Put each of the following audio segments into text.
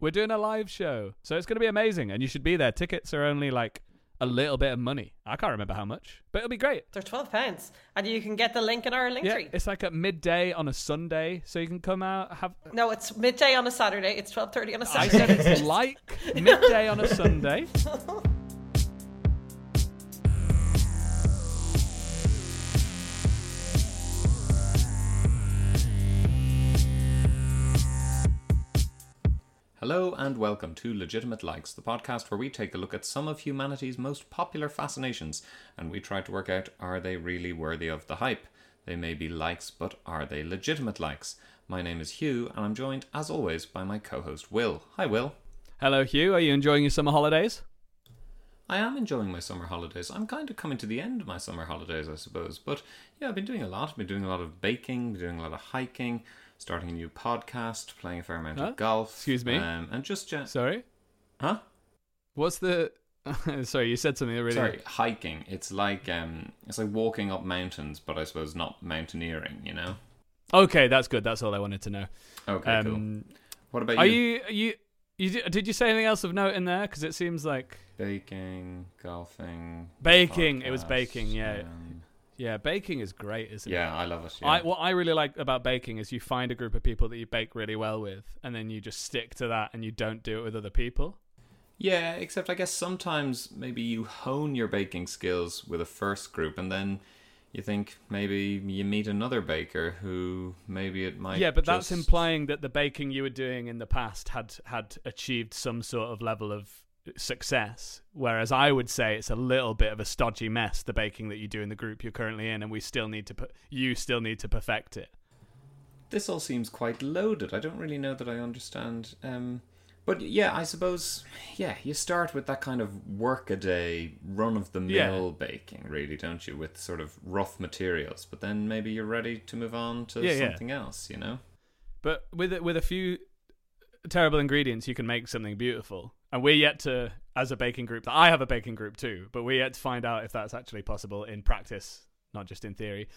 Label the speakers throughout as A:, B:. A: We're doing a live show, so it's going to be amazing, and you should be there. Tickets are only like a little bit of money. I can't remember how much, but it'll be great.
B: They're twelve pounds, and you can get the link in our link
A: Yeah,
B: tree.
A: it's like at midday on a Sunday, so you can come out have.
B: No, it's midday on a Saturday. It's twelve thirty on a
A: I
B: Saturday.
A: said it's like midday on a Sunday.
C: Hello and welcome to Legitimate Likes, the podcast where we take a look at some of humanity's most popular fascinations and we try to work out are they really worthy of the hype? They may be likes, but are they legitimate likes? My name is Hugh and I'm joined, as always, by my co host Will. Hi, Will.
A: Hello, Hugh. Are you enjoying your summer holidays?
C: I am enjoying my summer holidays. I'm kind of coming to the end of my summer holidays, I suppose. But yeah, I've been doing a lot. I've been doing a lot of baking, been doing a lot of hiking, starting a new podcast, playing a fair amount
A: Huh?
C: of golf.
A: Excuse me?
C: Um, and just. Gen-
A: Sorry.
C: huh?
A: What's the? Sorry, you said something that really.
C: Sorry, hiking. It's like um, it's like walking up mountains, but I suppose not mountaineering. You know.
A: Okay, that's good. That's all I wanted to know.
C: Okay, cool.
A: Um,
C: What about
A: Are
C: you?
A: you? Are you? You di- did you say anything else of note in there? Because it seems like
C: Baking, golfing,
A: Baking, it was
C: podcast,
A: baking, yeah.
C: um,
A: yeah, baking is great, isn't it?
C: yeah, I love it. Yeah.
A: I, what I really like about baking is you find a group of people that you bake really well with, and then you just stick to that, and you don't do it with other people.
C: yeah, except I guess sometimes maybe you hone your baking skills with a first group, and then you think maybe you meet another baker who maybe it might.
A: yeah, but that's
C: just-
A: implying that the baking you were doing in the past had had achieved some sort of level of success. Whereas I would say it's a little bit of a stodgy mess the baking that you do in the group you're currently in, and we still need to put you still need to perfect it.
C: This all seems quite loaded. I don't really know that I understand. Um, but yeah, I suppose yeah, you start with that kind of workaday, run of the mill baking, really, don't you? With sort of rough materials, but then maybe you're ready to move on to
A: Yeah, yeah.
C: something else, you know?
A: But with a- with a few terrible ingredients, you can make something beautiful. And we're yet to, as a baking group, I have a baking group too, but we're yet to find out if that's actually possible in practice, not just in theory.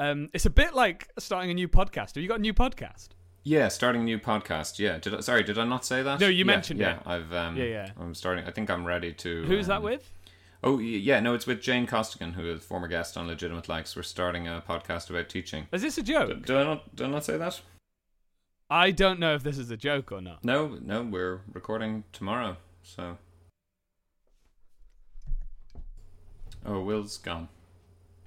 A: Um, it's a bit like starting a new podcast. Have you got a new podcast?
C: Yeah, starting a new podcast. Yeah, did I, sorry, did I not say that?
A: No, you
C: Yeah,
A: mentioned
C: yeah,
A: it.
C: I've um,
A: Yeah, yeah.
C: I'm starting. I think I'm ready to.
A: Who's that
C: um,
A: with?
C: Oh y- yeah, no, it's with Jane Costigan, who is a former guest on Legitimate Likes. We're starting a podcast about teaching.
A: Is this a
C: Do,
A: joke?
C: do I not? Do I not say that?
A: I don't know if this is a joke or not.
C: No, no, we're recording tomorrow, so. Oh, Will's gone.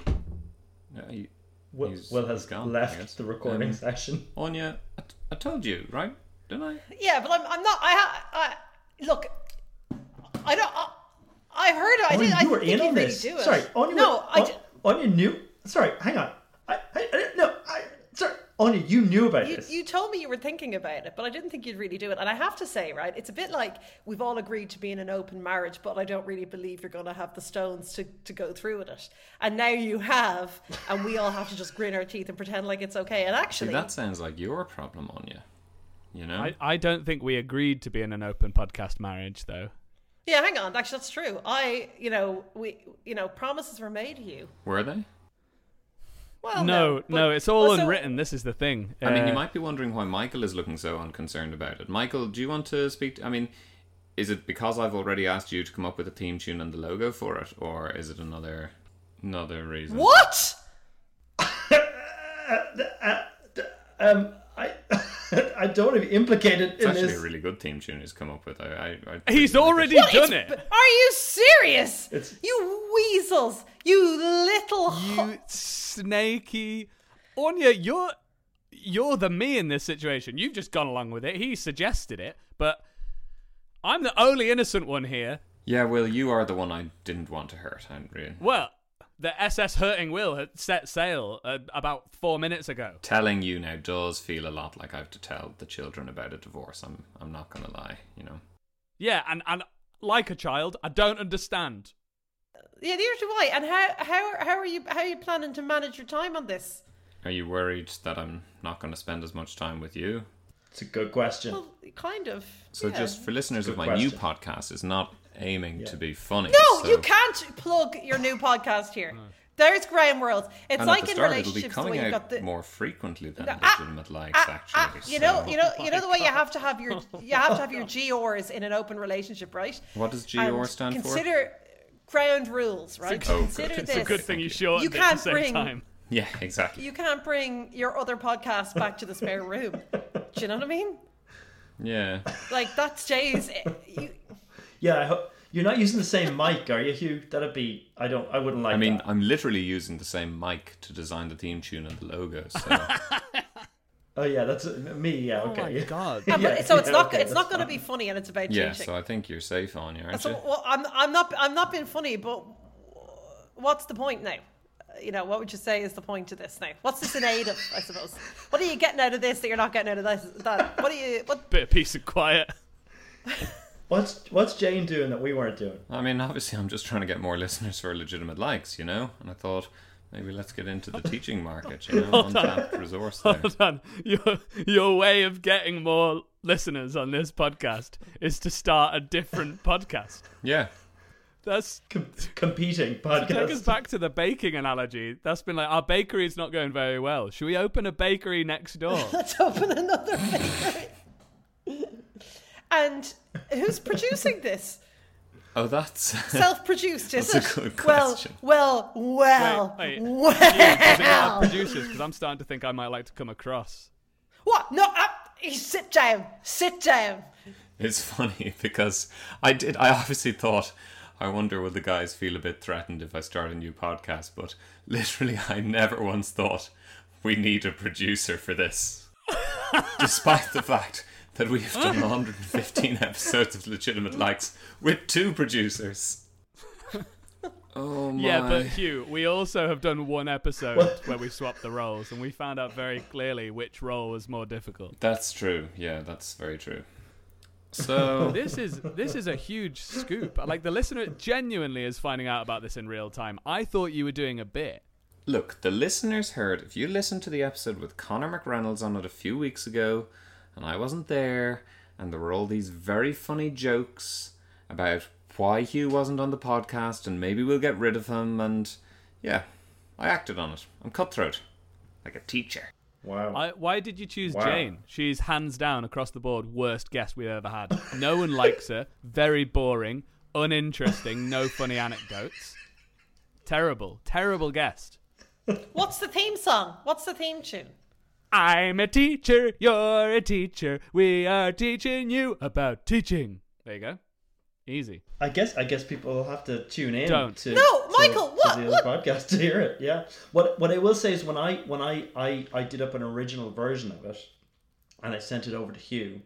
C: Yeah, he-
D: Will,
C: he's-
D: Will
C: he's
D: has
C: gone, I guess.
D: left the recording
C: Um,
D: session.
C: Anya, I, t- I told you, right? Didn't I?
B: yeah, but I'm, I'm not. I, ha- I look. I don't. I, I heard it. I
D: Anya,
B: didn't. I
D: you were
B: didn't
D: in
B: think
D: on
B: you really
D: this.
B: do it.
D: Sorry, Anya.
B: No,
D: were-
B: I.
D: On-
B: d-
D: Anya knew. Sorry, hang on. I, I, I didn't- no. I, sorry, Anya, you knew about
B: You,
D: this.
B: you told me you were thinking about it, but I didn't think you'd really do it. And I have to say, right, it's a bit like we've all agreed to be in an open marriage, but I don't really believe you're going to have the stones to, to go through with it. And now you have, and we all have to just grin our teeth and pretend like it's okay. And
C: See,
B: actually,
C: that sounds like your problem, Anya. You know,
A: I, I don't think we agreed to be in an open podcast marriage, though.
B: Yeah, hang on. Actually, that's true. I, you know, we, you know, promises were made to you.
C: were they?
A: no,
B: Well, no, but-
A: no, it's all
B: well, so-
A: unwritten. This is the thing.
C: I mean, you
A: Uh,
C: might be wondering why Michael is looking so unconcerned about it. Michael, do you want to speak? To, I mean, is it because I've already asked you to come up with a theme tune and the logo for it, or is it another another reason?
B: What?
D: Um, I, I don't want to be implicated
C: It's
D: in
C: actually
D: this.
C: a really good theme tune he's come up with. I, I, I
A: He's
C: really like
A: already
C: it.
B: What?
A: done
B: It's-
A: it.
B: Are you serious?
D: It's-
B: You weasels! You little. ho-
A: You snaky Anya, you're you're the me in this situation. You've just gone along with it. He suggested it, but I'm the only innocent one here.
C: Yeah, well, you are the one I didn't want to hurt. I'm really
A: Well, the SS Hurting Will had set sail uh, about four minutes ago.
C: telling you now does feel a lot like I have to tell the children about a divorce. I'm, I'm not gonna lie. You know,
A: Yeah, and and like a child, I don't understand.
B: Yeah, neither do I. And how how how are you how are you planning to manage your time on this?
C: are you worried that I'm not gonna spend as much time with you?
D: It's a good question.
B: Well, kind of.
C: So
B: yeah.
C: just for listeners
D: Good
C: of my new
D: question.
C: podcast, it's not aiming to be funny.
B: No,
C: so-
B: you can't plug your new podcast here. There's Graham Worlds. It's
C: And
B: like
C: at the
B: in
C: start, it'll be
B: relationships the
C: coming
B: way you
C: out
B: got the
C: more frequently than
B: No, ah,
C: legitimate likes,
B: ah,
C: actually.
B: ah, you know,
C: so-
B: you know, you know the way you have to have your you have to have your GRs in an open relationship, right?
C: What does GR
B: And
C: stand for?
B: Consider ground rules, right?
C: good-
B: consider
C: it's
B: this.
C: a
A: Good thing you shortened
B: You
A: it at
B: can't
A: the same
B: bring-
A: time.
C: Yeah, exactly.
B: you can't bring your other podcast back to the spare room. Do you know what I mean?
C: Yeah,
B: Like that stays. You,
D: Yeah, I hope you're not using the same mic, are you, Hugh? That'd be. I don't. I wouldn't like.
C: I mean,
D: that.
C: I'm literally using the same mic to design the theme tune and the logo. So
D: oh yeah, that's me. Yeah,
A: Oh,
B: Oh
D: okay. yeah.
A: God.
B: and but-
D: Yeah,
B: so it's
D: yeah,
B: not
D: okay,
B: it's not
D: that's
B: going to be funny, and it's about
C: yeah,
B: cheating.
C: so I think you're safe on you, aren't
B: So,
C: you?
B: well, I'm I'm not I'm not being funny, but what's the point now? You know, what would you say is the point of this now? What's this in aid of? I suppose. What are you getting out of this that you're not getting out of this? That what are you? What
A: Bit of peace and quiet.
D: What's What's Jane doing that we weren't doing?
C: I mean, obviously, I'm just trying to get more listeners for legitimate likes, you know. And I thought maybe let's get into the teaching market, you know, untapped resource there.
A: Hold on. Your your way of getting more listeners on this podcast is to start a different podcast.
C: Yeah,
A: That's
D: Com- competing
A: take us
D: podcast.
A: back to the baking analogy. That's been like our bakery's not going very well. Should we open a bakery next door?
B: let's open another bakery. and who's producing this?
C: Oh, that's
B: Self-produced, is
C: That's
B: it?
C: a good
B: well,
C: question.
B: well, well,
A: Wait, wait. Is it our
B: well.
A: producers? Because I'm starting to think I might like to come across.
B: What? No, uh, sit down, sit down.
C: It's funny because I did. I obviously thought, I wonder will the guys feel a bit threatened if I start a new podcast? But literally, I never once thought we need a producer for this, despite the fact that we have done 115 episodes of legitimate likes with two producers. Oh my!
A: Yeah, but Hugh, we also have done one episode where we swapped the roles, and we found out very clearly which role was more difficult.
C: that's true. Yeah, that's very true. So
A: This is this is a huge scoop. Like the listener genuinely is finding out about this in real time. I thought you were doing a bit.
C: Look, the listeners heard. If you listened to the episode with Connor McReynolds on it a few weeks ago, and I wasn't there, and there were all these very funny jokes about why Hugh wasn't on the podcast, and maybe we'll get rid of him, and yeah, I acted on it. I'm cutthroat, like a teacher.
D: Wow.
A: I, why did you choose
D: Wow.
A: Jane? She's hands down across the board worst guest we've ever had. No one likes her. Very boring, uninteresting, no funny anecdotes. Terrible, terrible guest.
B: What's the theme song? What's the theme tune?
A: I'm a teacher, you're a teacher. We are teaching you about teaching. There you go. Easy.
D: I guess I guess people will have to tune in
A: Don't.
D: to
B: No,
D: to-
B: Michael,
D: to
B: what-
D: the
B: what-
D: other podcast to hear it. Yeah. What what I will say is when I when I, I I did up an original version of it, and I sent it over to Hugh,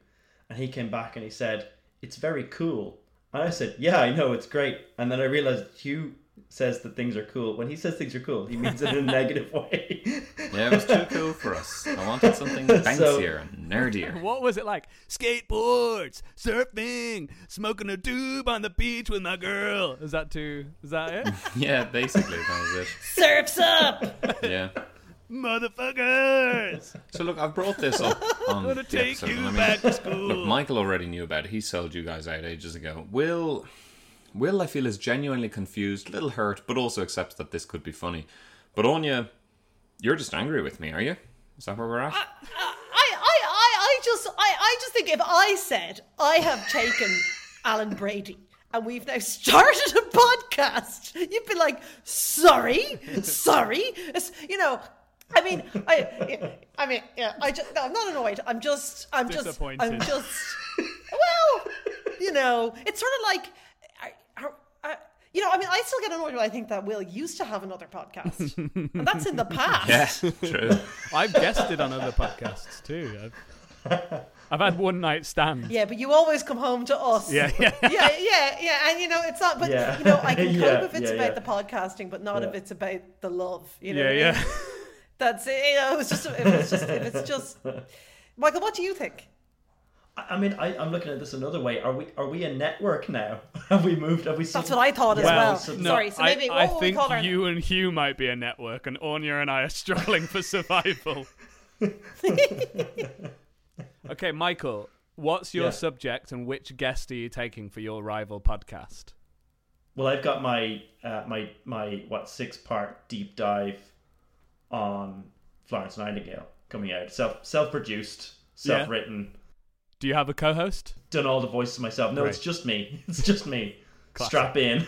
D: and he came back and he said it's very cool, and I said yeah I know it's great, and then I realized Hugh says that things are cool. When he says things are cool, he means it in a negative way.
C: Yeah, it was too cool for us. I wanted something bouncier and nerdier.
A: What was it like? Skateboards, surfing, smoking a tube on the beach with my girl. Is that too? Is that it?
C: Yeah, basically that was
B: Surfs up.
C: it. Yeah,
A: motherfuckers.
C: So look, I've brought this up on
A: Gonna
C: the
A: take
C: episode,
A: you
C: and I mean,
A: back to school.
C: Look, Michael already knew about it. He sold you guys out ages ago. Will, Will, I feel is genuinely confused, a little hurt, but also accepts that this could be funny. But Anya, you're just angry with me, are you? Is that where we're at?
B: Ah. I, I, I, I just, I, I just think if I said I have taken Alan Brady and we've now started a podcast, you'd be like, sorry, sorry, it's, you know. I mean, I, I mean, yeah, I just, no, I'm not annoyed. I'm just, I'm just, I'm
A: Disappointed.
B: just, well, you know, it's sort of like, I, I, I, you know, I mean, I still get annoyed when I think that Will used to have another podcast, and that's in the past.
C: Yeah, true.
A: I've guested on other podcasts too. I've, I've had one night stands.
B: Yeah, but you always come home to us.
A: Yeah, yeah.
B: yeah, yeah, yeah. And you know, it's not. But
D: Yeah.
B: you know, I can cope
D: Yeah,
B: if it's
D: yeah,
B: about
D: yeah.
B: the podcasting, but not if
D: Yeah.
B: it's about the love. You know,
A: Yeah,
B: what I
A: yeah.
B: mean? That's it. You know, it's just if it's just if it's just. Michael, what do you think?
D: I I mean, I, I'm looking at this another way. Are we are we a network now? have we moved? Have we?
B: That's
D: seen-
B: what I thought as
D: Yeah,
B: well.
D: so-
A: no,
B: Sorry, so
A: I-
B: maybe
A: I,
B: what would we
A: think
B: call our-
A: you and Hugh might be a network, and Anya and I are struggling for survival. okay, Michael, what's your
D: Yeah.
A: subject, and which guest are you taking for your rival podcast?
D: Well, I've got my uh, my my what six part deep dive on Florence Nightingale coming out, self self produced,
A: Yeah.
D: self written.
A: Do you have a co-host?
D: Done all the voices myself. No, it's
A: Right.
D: just me. It's just me. Strap in.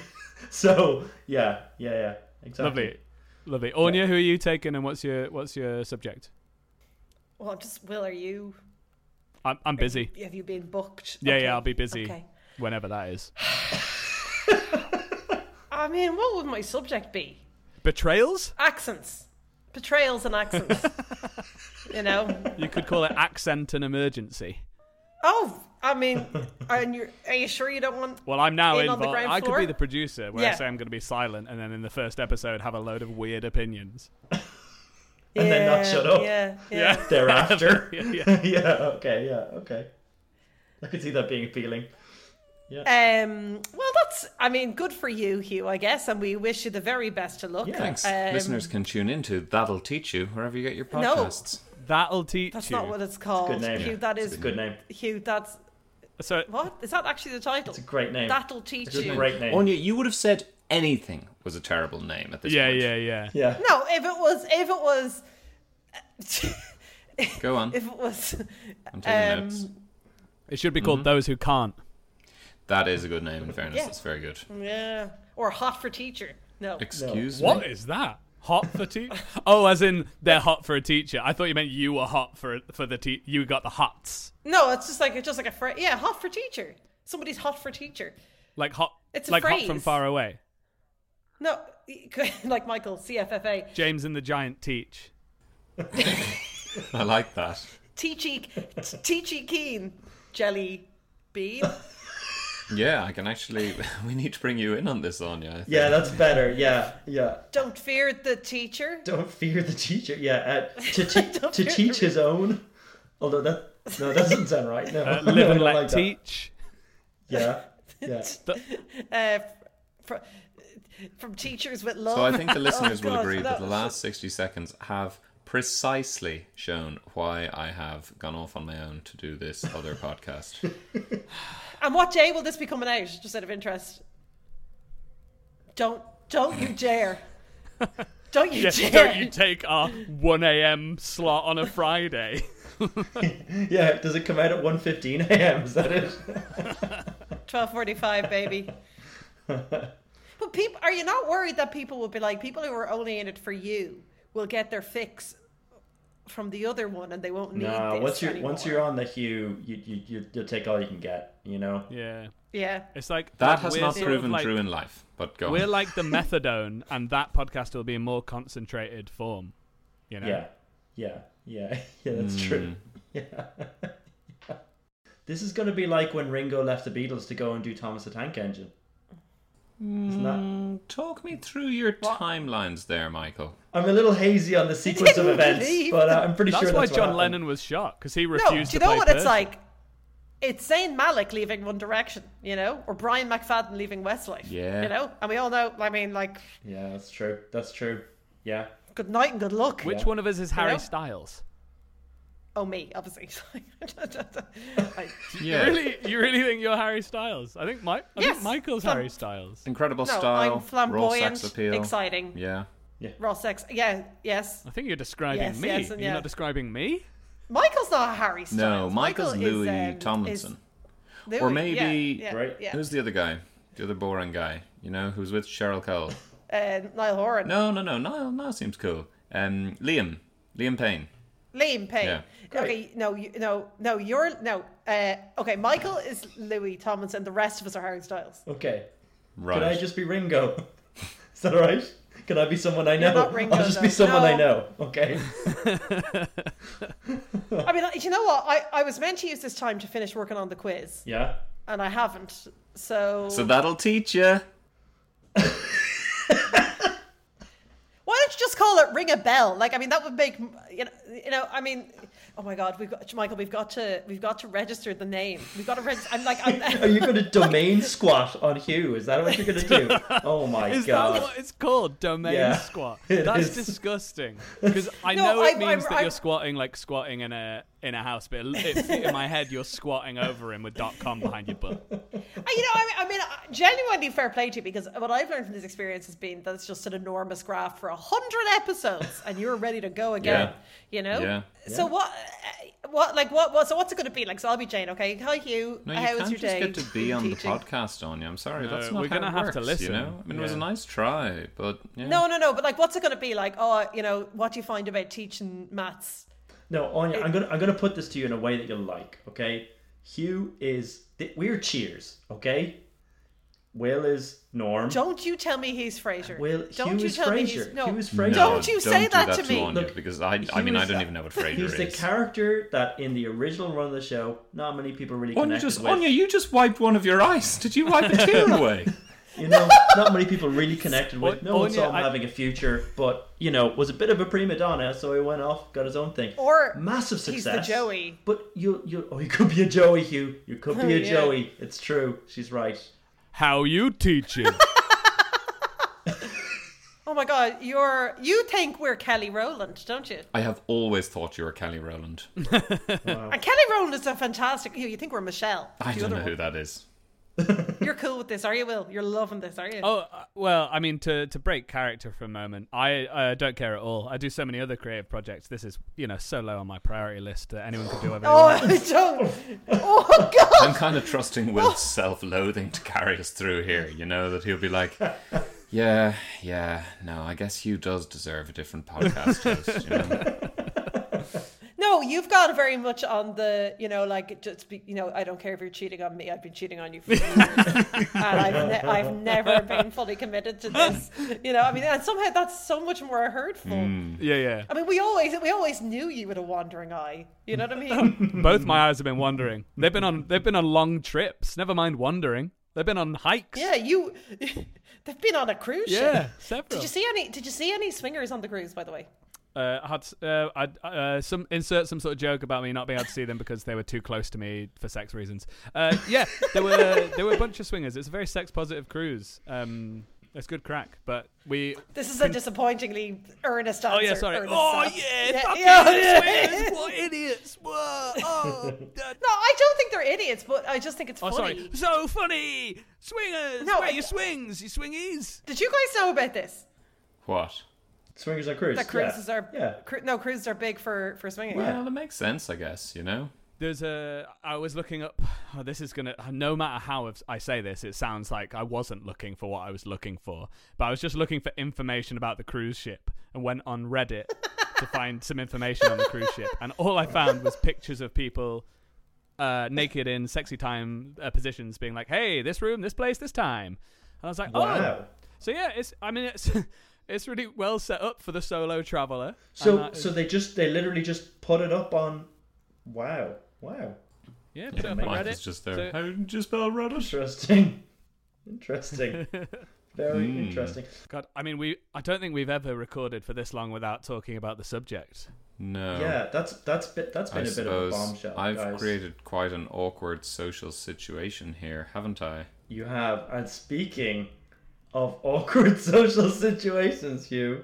D: so yeah, yeah, yeah. Exactly.
A: Lovely, lovely. Anya, who are you taking, and what's your what's your subject?
B: Well, I'm just. Will, are you?
A: I'm I'm busy.
B: Have you been booked?
A: Yeah,
B: Okay,
A: yeah, I'll be busy
B: Okay.
A: whenever that is.
B: I mean, what would my subject be?
A: Betrayals?
B: Accents, betrayals, and accents. you know,
A: You could call it accent and emergency.
B: Oh, I mean, and you're, are you sure you don't want?
A: Well, I'm now
B: In on the
A: involved.
B: ground
A: I could
B: floor?
A: be the producer where I
B: Yeah.
A: say I'm going to be silent, and then in the first episode have a load of weird opinions.
D: And then not
B: Yeah,
D: shut up
B: Yeah, yeah.
D: thereafter.
A: Yeah, yeah.
D: yeah. Okay. Yeah. Okay. I could see that being appealing.
B: Um, well, that's. I mean, good for you, Hugh. I guess, and we wish you the very best of luck.
D: Yeah.
C: Thanks.
B: Um,
C: Listeners can tune into That'll Teach You wherever you get your
B: No.
C: podcasts.
A: That'll teach
B: That's
A: you.
B: not what it's called.
D: Good name.
B: Hugh, that is
D: It's a good name.
B: Hugh, that's
A: so
B: what is that actually the title? It's
D: a great name.
B: That'll teach
D: It's a
B: you.
D: great name.
C: Anya, you would have said anything was a terrible name at this
A: yeah,
C: point.
A: yeah, yeah,
D: Yeah.
B: No, if it was, if it was,
C: Go on.
B: if it was,
C: I'm taking
B: um,
C: notes.
A: It should be called those who can't.
C: That is a good name, in fairness.
B: Yeah. Mm.
C: That's very good.
B: yeah, or hot for teacher. No,
C: Excuse me.
A: What is that? Hot for teacher? oh, as in they're hot for a teacher. I thought you meant you were hot for for the te- you got the hots.
B: no, it's just like it's just like a phrase. Yeah, hot for teacher. Somebody's hot for teacher.
A: Like hot.
B: It's a
A: like hot from
B: phrase.
A: far away.
B: No, like Michael CFFA.
A: James and the Giant teach.
C: I like that.
B: Teachy, Teachy Keen, Jelly Bean.
C: Yeah, I can actually. We need to bring you in on this, Anya. I think.
D: Yeah. That's better. Yeah. Yeah.
B: Don't fear the teacher.
D: Don't fear the teacher. Yeah, uh, to, te-
B: Don't
D: to
B: fear
D: teach
B: the-
D: his own. Although that no, that doesn't sound right. No,
A: Uh, live
D: I
A: and
D: don't
A: let
D: like that.
A: teach.
D: Yeah, yeah.
B: Uh, fr- from teachers with love.
C: So I think the listeners
B: Oh,
C: will
B: God,
C: agree that
B: that
C: the
B: was-
C: last 60 seconds have precisely shown why I have gone off on my own to do this other podcast.
B: And what day will this be coming out? Just out of interest. Don't, don't you dare. Don't you
A: Yes,
B: dare.
A: don't you take our 1 a.m. slot on a Friday?
D: Yeah, does it come out at 1.15 a.m.? Is that it?
B: 1245, baby. but people, are you not worried that people will be like, people who are only in it for you will get their fix from the other one and they won't need
D: No,
B: this
D: once you're
B: anymore?
D: once you're on the hue, you you you you'll take all you can get. You know.
A: yeah.
B: Yeah.
A: It's like
C: That
A: like
C: has
A: we're
C: not
A: sort of
C: proven
A: like-
C: true in life, but go
A: We're
C: on.
A: like the methadone, and that podcast will be a more concentrated form. You know.
D: Yeah, yeah, yeah, yeah. That's
C: Hmm.
D: true. Yeah. This is going to be like when Ringo left the Beatles to go and do Thomas the Tank Engine. Isn't that?
A: Hmm,
C: Talk me through your timelines there, Michael.
D: I'm a little hazy on the sequence of
B: didn't
D: events,
B: leave
D: but uh,
B: the-
D: I'm pretty
A: That's
D: sure
A: why
D: that's what
A: John
D: happened.
A: Lennon was shot because he
B: No,
A: refused
B: do you know
A: to play.
B: what it's
A: Percy.
B: like? It's Zayn Malik leaving One Direction, you know, or Brian McFadden leaving Westlife.
C: Yeah.
B: You know, and we all know, I mean, like,
D: Yeah, that's true. That's true. Yeah.
B: good night and good luck.
A: Which one of us is Harry
B: Hello?
A: Styles?
B: Oh, me, obviously. I-
C: Yeah.
A: You really, you really think you're Harry Styles? I think Mike. I
B: Yes.
A: think Michael's
B: Flam-
A: Harry Styles.
C: Incredible
B: no,
C: style.
B: I'm
C: raw sex
B: flamboyant,
C: appeal.
B: exciting,
C: Yeah.
B: raw sex. Yeah, yes.
A: I think you're describing
B: Yes,
A: me.
B: yes, and
A: you're
B: yeah.
A: not describing me.
B: Michael's not Harry Styles.
C: No, Michael's
B: Michael is,
C: Louis
B: um, is
C: Tomlinson.
B: Louis,
C: Or
B: yeah,
C: maybe-
B: yeah,
D: Right.
B: yeah.
C: Who's the other guy? The other boring guy, you know, who's with Cheryl Cole.
B: Uh, Niall Horan.
C: No, no, no. Niall, Niall seems cool. Um, Liam. Liam Payne.
B: Liam Payne.
C: Yeah.
B: Okay, no, you, no, no, you're no. Uh, okay, Michael is Louis Tomlinson. The rest of us are Harry Styles.
D: Okay.
C: Right.
D: Could I just be Ringo? Is that alright? Could I be someone I know?
B: not Ringo,
D: I'll just
B: though.
D: be someone I know.
B: No.
D: Okay.
B: I mean, you know what? I, I was meant to use this time to finish working on the quiz,
D: Yeah.
B: and I haven't. So,
C: So that'll teach you.
B: why don't you just call it "Ring a Bell"? Like, I mean, that would make you know, you know. I mean, oh my God, we've got Michael. We've got to we've got to register the name. We've got to register. I'm like, I'm,
D: Are you going to domain squat on Hugh? Is that what you're going to do? Oh my
A: Is
D: god.
A: that what it's called? Domain
D: Yeah,
A: squat.
D: it
A: That's
D: is.
A: disgusting. Because I
B: No,
A: know it
B: I'm-
A: means
B: I'm-
A: that
B: I'm-
A: you're squatting like squatting in a in a house, but it, in my head you're squatting over him with dot com behind your butt.
B: I- you know, I mean, I mean, uh, genuinely fair play to you because what I've learned from this experience has been that it's just an enormous graph for a hundred episodes, and you're ready to go again. You know.
C: Yeah.
B: So what? uh, What like what? what so what's it going to be like? So I'll be Jane. Okay. Hi Hugh.
C: No, you
B: How
C: can't
B: was your
C: just
B: day?
C: get to be on
B: Teaching.
C: the podcast, Anya. I'm sorry, that's
A: No,
C: not
A: we're
C: how
A: gonna
C: it
A: have to
C: works, You
A: listen.
C: know, I mean, it was a
A: Yeah.
C: nice try, but yeah.
B: No, no, no. But like, what's it going to be like? Oh, you know, what do you find about teaching maths?
D: No, Anya, I'm gonna I'm gonna put this to you in a way that you'll like. Okay, Hugh is th- we're Cheers. Okay, Will is Norm.
B: Don't you tell me he's Fraser.
D: Will
B: Don't
D: Hugh
B: you
D: is
B: tell me
D: Fraser.
B: he's no.
D: Hugh is
C: No,
D: Fraser.
B: Don't you say
C: do
B: that to me.
C: Anya,
D: Look,
C: because I, I
D: Hugh
C: mean, I
D: is
C: don't
D: the-
C: even know what Fraser
D: He's
C: is.
D: the character that in the original run of the show, not many people really
C: Anya
D: connected
C: just,
D: with.
C: Anya, you just wiped one of your eyes. Did you wipe a tear away?
D: You know, not many people really connected with. No one
A: Anya,
D: saw him
A: I-
D: having a future, but you know, was a bit of a prima donna, so he went off, got his own thing.
B: Or
D: massive
B: he's
D: success.
B: the Joey.
D: But you, you, oh, you could be a Joey, Hugh. You could be a
B: yeah.
D: Joey. It's true. She's right.
A: How you teaching?
B: Oh my God, you're you think we're Kelly Rowland, don't you?
C: I have always thought you were Kelly Rowland.
B: And Kelly Rowland is a fantastic. You, you think we're Michelle?
C: I
B: The
C: don't
B: other
C: know
B: one.
C: who that is.
B: You're cool with this, are you, Will? You're loving this, are you?
A: oh uh, well, I mean to to break character for a moment, I uh, don't care at all. I do so many other creative projects. This is you know so low on my priority list that anyone could do whatever. they
B: Oh,
A: want.
B: I don't. Oh God.
C: I'm kind of trusting Will's self-loathing to carry us through here. You know that he'll be like, "Yeah, yeah, no, I guess Hugh does deserve a different podcast host." You know?
B: No, you've got very much on the, you know, like just be, you know, I don't care if you're cheating on me. I've been cheating on you for years, and I've, ne- I've never been fully committed to this. You know, I mean, and somehow that's so much more hurtful.
A: Yeah, yeah.
B: I mean, we always we always knew you with a wandering eye. You know what I mean?
A: Both my eyes have been wandering. They've been on they've been on long trips. Never mind wandering. They've been on hikes.
B: yeah, you. They've been on a cruise ship.
A: Yeah, several.
B: Did you see any? Did you see any swingers on the cruise? By the way,
A: uh, had uh, I'd, uh, some insert some sort of joke about me not being able to see them because they were too close to me for sex reasons. Uh, yeah, there were there were a bunch of swingers. It's a very sex positive cruise. Um, it's good crack, but we.
B: this is a disappointingly earnest answer.
A: Oh yeah, sorry.
B: earnest
A: Oh
B: answer.
A: yeah,
B: Yeah,
A: fucking
B: yeah,
A: swingers!
B: yeah.
A: What idiots! What? Oh, that-
B: No, I don't think they're idiots, but I just think it's
A: oh,
B: funny.
A: sorry. So funny, swingers.
B: No,
A: where
B: I-
A: you swings, you swingies.
B: Did you guys know about this?
C: What?
D: Swingers on cruise.
B: That cruises
D: yeah.
B: are
D: yeah.
B: cru- no cruises are big for for swinging.
C: Well, it makes sense, I guess. You know.
A: There's a. I was looking up. Oh, this is gonna. No matter how I've- I say this, it sounds like I wasn't looking for what I was looking for. But I was just looking for information about the cruise ship and went on Reddit to find some information on the cruise ship. And all I found was pictures of people uh, naked in sexy time uh, positions, being like, "Hey, this room, this place, this time." And I was like,
D: Wow.
A: "Oh, so yeah, it's. I mean, it's." It's really well set up for the solo traveler. And
D: So
A: that
D: so they just they literally just put it up on. Wow. Wow.
A: yeah, put it up on
C: Mike
A: Reddit.
C: is just there.
A: So-
C: How did you spell Reddit?
D: Interesting. Interesting. Very
C: Hmm.
D: interesting.
A: God, I mean, we I don't think we've ever recorded for this long without talking about the subject.
C: No.
D: Yeah, that's that's been, that's
C: I
D: been a bit of a
C: suppose
D: bombshell.
C: I've
D: guys.
C: created quite an awkward social situation here, haven't I?
D: You have. And speaking of awkward social situations, Hugh,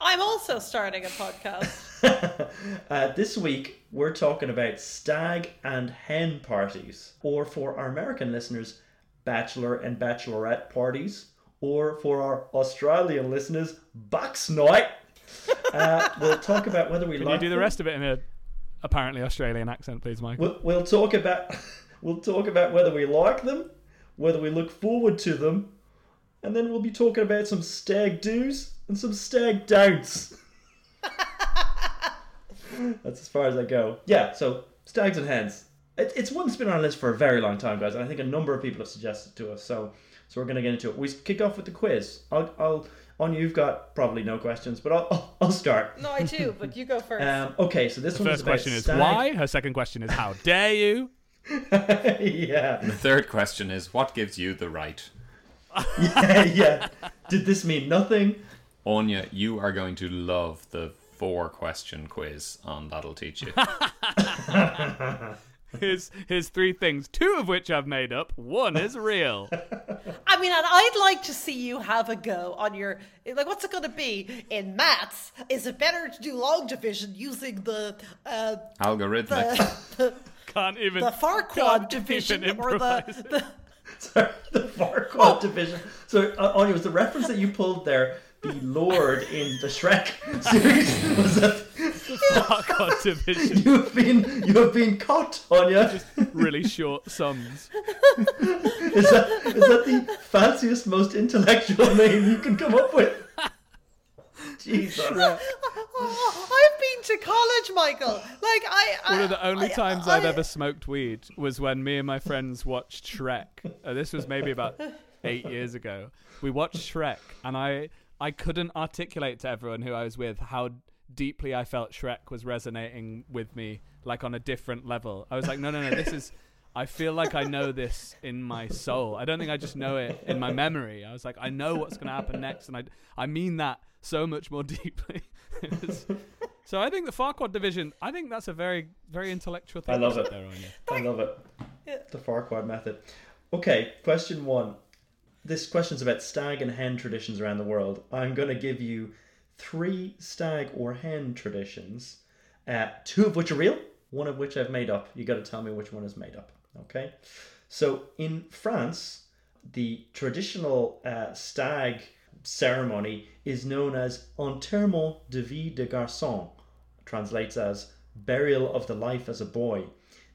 B: I'm also starting a podcast.
D: Uh, this week, we're talking about stag and hen parties, or for our American listeners, bachelor and bachelorette parties, or for our Australian listeners, bucks night. Uh, we'll talk about whether we
A: Can
D: like
A: you do the
D: them.
A: rest of it in a apparently Australian accent, please, Michael?
D: We'll, we'll talk about we'll talk about whether we like them, whether we look forward to them, and then we'll be talking about some stag do's and some stag don'ts. That's as far as I go. Yeah. So stags and hens. It, it's one that's been on our list for a very long time, guys, and I think a number of people have suggested to us. So so we're going to get into it. We kick off with the quiz. I'll, I'll on you've got probably no questions, but I'll I'll, I'll start.
B: No, I do, but you go first.
D: Um, okay, so this
A: The
D: one
A: first
D: is about
A: question is
D: stag-
A: why. Her second question is how dare you?
D: yeah.
C: The third question is what gives you the right?
D: yeah. Did this mean nothing?
C: Anya, you are going to love the four question quiz on That'll Teach You.
A: Here's here's three things, two of which I've made up. One is real.
B: I mean, and I'd like to see you have a go on your like. What's it going to be in maths? Is it better to do long division using the uh,
C: Algorithmic.
B: the, the,
A: Can't even
B: the
A: can't even
B: Farquad division or the,
A: improvise.
B: the
D: Sorry, the Farquaad division. So, uh, Anya, was the reference that you pulled there the Lord in the Shrek series? Was that
A: Farquaad division.
D: you have been you have been caught, Anya?
A: Really short sums.
D: Is that is that the fanciest, most intellectual name you can come up with? Jesus.
B: Oh, I've been to college, Michael. Like I, I
A: One of the only
B: I-
A: times
B: I,
A: I've ever smoked weed was when me and my friends watched Shrek. Uh, this was maybe about eight years ago. We watched Shrek, and I I couldn't articulate to everyone who I was with how deeply I felt Shrek was resonating with me, like on a different level. I was like, no, no, no, this is. I feel like I know this in my soul. I don't think I just know it in my memory. I was like, I know what's going to happen next, and I I mean that so much more deeply. It was- so I think the Farquad division. I think that's a very, very intellectual thing.
D: I love
A: to
D: it.
A: put There on you.
D: I love it. The Farquhar method. Okay, question one. This question's about stag and hen traditions around the world. I'm going to give you three stag or hen traditions, uh, two of which are real, one of which I've made up. You got to tell me which one is made up. Okay. So in France, the traditional uh, stag ceremony is known as enterrement de vie de garçon, translates as burial of the life as a boy.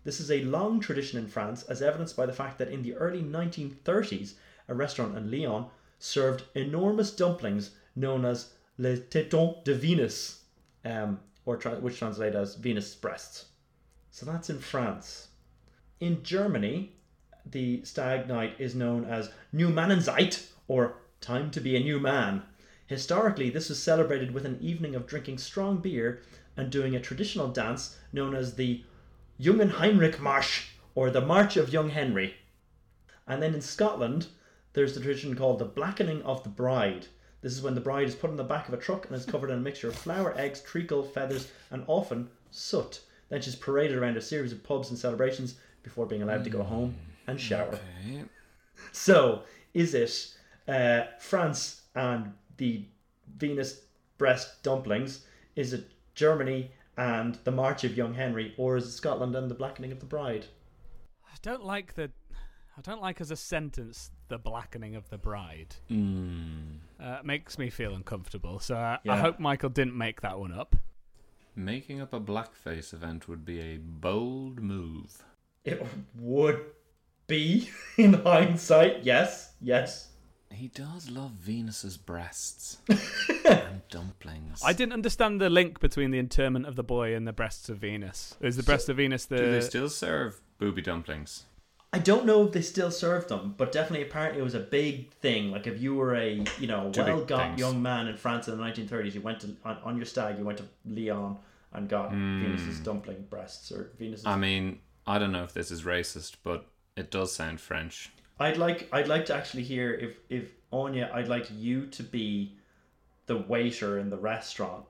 D: This is a long tradition in France, as evidenced by the fact that in the early 1930s, a restaurant in Lyon served enormous dumplings known as les tétons de Venus, um, or tra- which translate as Venus breasts. So that's in France. In Germany, the stag night is known as New Mannenzeit, or Time to be a New Man. Historically, this was celebrated with an evening of drinking strong beer and doing a traditional dance known as the Jungen Heinrich Marsch, or the March of Young Henry. And then in Scotland, there's the tradition called the Blackening of the Bride. This is when the bride is put on the back of a truck and is covered in a mixture of flour, eggs, treacle, feathers, and often soot. Then she's paraded around a series of pubs and celebrations before being allowed to go home and shower. So, is it uh, France and the Venus breast dumplings? Is it Germany and the March of Young Henry? Or is it Scotland and the Blackening of the Bride?
A: I don't like the. I don't like as a sentence the blackening of the bride.
D: Mm.
C: Hmm,
A: Uh, it makes me feel uncomfortable. So I, I
D: Yeah.
A: hope Michael didn't make that one up.
C: Making up a blackface event would be a bold move.
D: It would be, in hindsight, yes, yes.
C: He does love Venus's breasts and dumplings.
A: I didn't understand the link between the interment of the boy and the breasts of Venus. Is the breast of Venus the?
C: Do they still serve booby dumplings?
D: I don't know if they still serve them, but definitely apparently it was a big thing. Like if you were a, you know,
C: Two big
D: well got
C: things.
D: young man in France in the 1930s, you went to, on, on your stag, you went to Lyon and got Venus's dumpling breasts or Venus's
C: I mean, I don't know if this is racist, but it does sound French.
D: I'd like I'd like to actually hear if if Anya, I'd like you to be the waiter in the restaurant.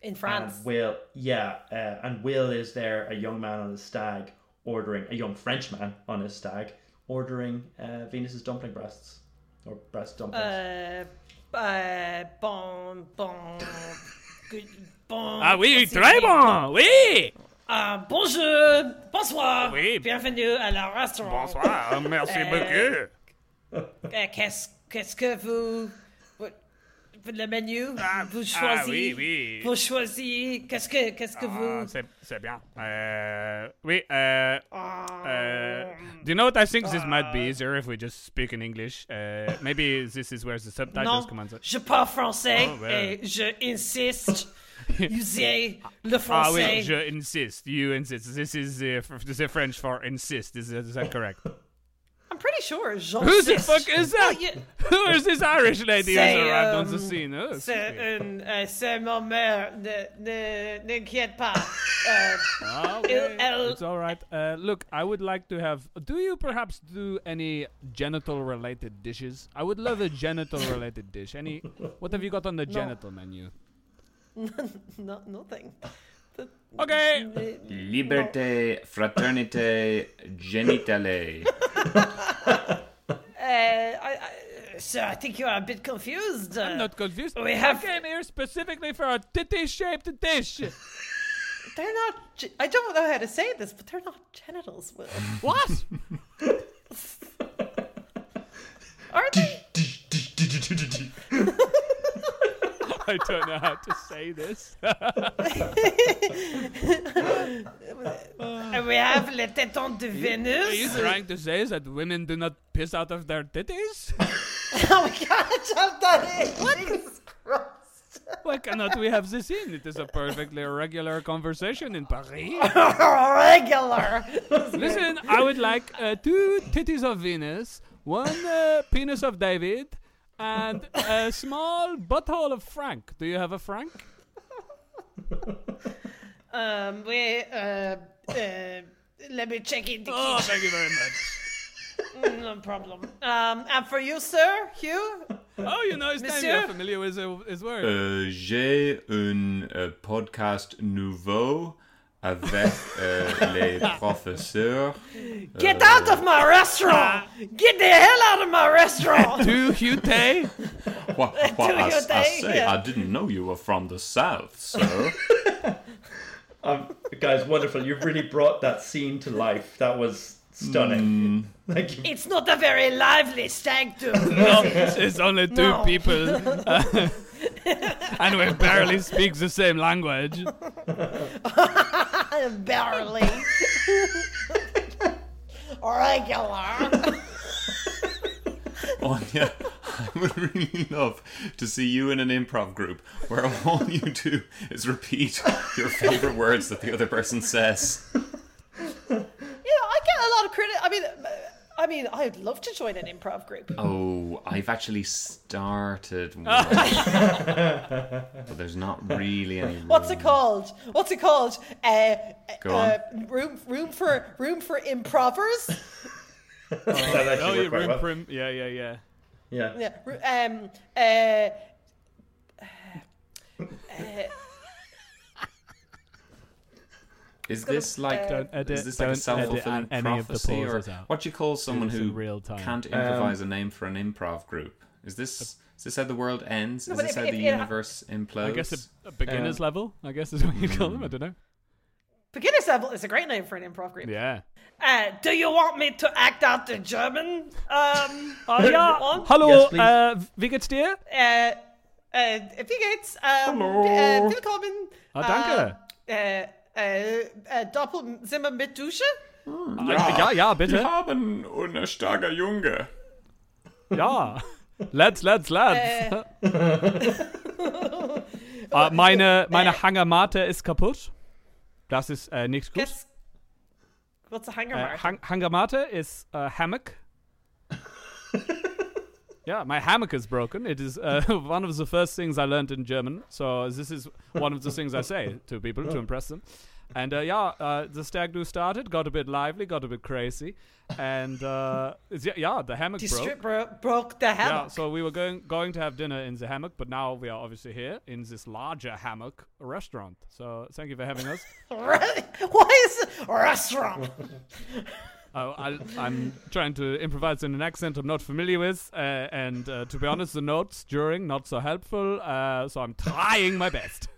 B: in France.
D: And Will, yeah, uh, and Will is there a young man on his stag ordering a young Frenchman on his stag ordering uh, Venus's dumpling breasts
C: Uh,
B: Euh,
D: or breast dumplings.
B: Uh, uh, bon, bon, Good, bon,
A: Ah oui,
B: voici-
A: très bon. Oui.
B: Ah, bonjour, bonsoir.
A: Oui.
B: Bienvenue à la restaurant.
A: Bonsoir. euh, Merci beaucoup.
B: Euh, qu'est-ce, qu'est-ce que vous, vous- Le menu Vous
A: ah oui,
B: choisissez
A: oui.
B: Vous choisissez Qu'est-ce que, qu'est-ce que
A: Ah,
B: vous.
A: c'est, c'est bien. Euh, oui. Uh, uh, do you know what? I think this might be easier if we just speak in English. Uh, maybe this is where the subtitles
B: Non,
A: come in.
B: je parle français
A: Oh, ouais.
B: et je insiste. Usez le
A: Ah
B: français.
A: oui, je insist. You insist. This is the, f- the French for insist. Is that, is that correct?
B: I'm pretty sure Jean
A: Who the fuck is that?
B: Oh, yeah.
A: Who is this Irish lady who's
B: Say,
A: arrived on the
B: um,
A: scene? Oh,
B: C'est,
A: excuse me.
B: une, euh, c'est ma mère, ne, ne, n'inquiète pas. Euh,
A: Ah,
B: il-
A: okay.
B: elle-
A: It's all right. Uh, look, I would like to have. Do you perhaps do any genital-related dishes? I would love a genital-related dish. Any? What have you got on the genital menu?
B: no, nothing.
A: Okay.
C: Liberté, fraternité, genitale.
B: Uh, I, I, sir, I think you are a bit confused. uh,
A: I'm not confused.
B: we have-
A: I came here specifically for a titty-shaped dish.
B: They're not. Ge- I don't know how to say this, but they're not genitals, Will.
A: what?
B: Are they?
A: I don't know how to say this.
B: And we have le téton de
A: Are you
B: Venus.
A: trying to say that women do not piss out of their titties?
B: Oh my god, jump that in! What? Jesus Christ.
A: Why cannot we have this in? It is a perfectly regular conversation in Paris.
B: Regular.
A: Listen, I would like uh, two titties of Venus, one uh, penis of David, and a small butthole of Frank. Do you have a Frank?
B: um, we. Uh, uh, let me check in the kitchen.
A: Oh, thank you very much.
B: No problem. Um, and for you, sir, Hugh.
A: Oh, you know his name. You're
B: Monsieur?
A: familiar with his, his word.
C: Euh, j'ai un euh, podcast nouveau avec euh, les professeurs.
B: Get out of my restaurant! Get the hell out of my restaurant!
A: Two Hute.
C: What,
B: Do
C: I,
B: your
C: s- I
B: thing,
C: say,
B: yeah.
C: I didn't know you were from the south, sir.
D: Um, guys, wonderful. You've really brought that scene to life. That was stunning. Thank you.
B: It's not a very lively sanctum.
A: It's only two
B: No.
A: people. and we barely speak the same language.
B: Barely. Regular.
C: Anya, I would really love to see you in an improv group where all you do is repeat your favorite words that the other person says.
B: You know, I get a lot of credit. I mean, I mean, I'd love to join an improv group.
C: Oh, I've actually started one. but there's not really any.
B: What's it
C: room.
B: called? What's it called? Uh,
C: Go
B: uh,
C: on.
B: room, room for, room for improvers.
D: That actually
A: Oh,
D: worked
A: you
D: quite
A: room
D: well.
A: prim. Yeah, yeah, yeah.
D: Yeah.
B: Yeah. ru- Um. Uh.
C: Is this like
A: Don't edit-
C: is this like a
A: don't edit
C: self-fulfilling
A: an- any of the
C: prophecy, or
A: pauses out.
C: what do you call someone
A: this in
C: who
A: real time.
C: can't improvise a name for an improv group? Is this is this how the world ends? Is
B: but
C: this
B: if-
C: how
B: if
C: the
B: it ha-
C: universe implodes?
A: I guess a, a beginner's level, I guess is what you call them. I don't know.
B: Beginner's level is a great name for an improv group.
A: Yeah.
B: Uh, do you want me to act out the German? Um,
A: Uh, yeah.
B: Want?
A: Hallo,
D: Yes, please.
A: uh, wie geht's dir?
B: äh, äh, wie geht's? Ähm, äh, willkommen.
A: Ah, danke.
B: Äh, äh, äh, Doppelzimmer mit Dusche?
A: Ja, ja, ja bitte.
C: haben eine starke Junge.
A: Ja. Lads, lads, lads. Ah, meine meine Hangermate ist kaputt. Das ist äh, nicht gut.
B: Guess, what's a
A: Äh,
B: hanger mark?
A: Hang Hangermate ist äh, Hammock. yeah, my hammock is broken. It is uh, one of the first things I learned in German. So this is one of the things I say to people to impress them. And uh, yeah, uh, the stag do started, got a bit lively, got a bit crazy, and uh, it's- yeah, yeah, the hammock
B: the
A: broke.
B: strip bro- broke the
A: Yeah,
B: hammock.
A: so we were going going to have dinner in the hammock, but now we are obviously here in this larger hammock restaurant. So thank you for having us.
B: Why is it restaurant?
A: Oh, I, I'm trying to improvise in an accent I'm not familiar with, uh, and uh, to be honest, the notes during not so helpful. Uh, so I'm trying my best.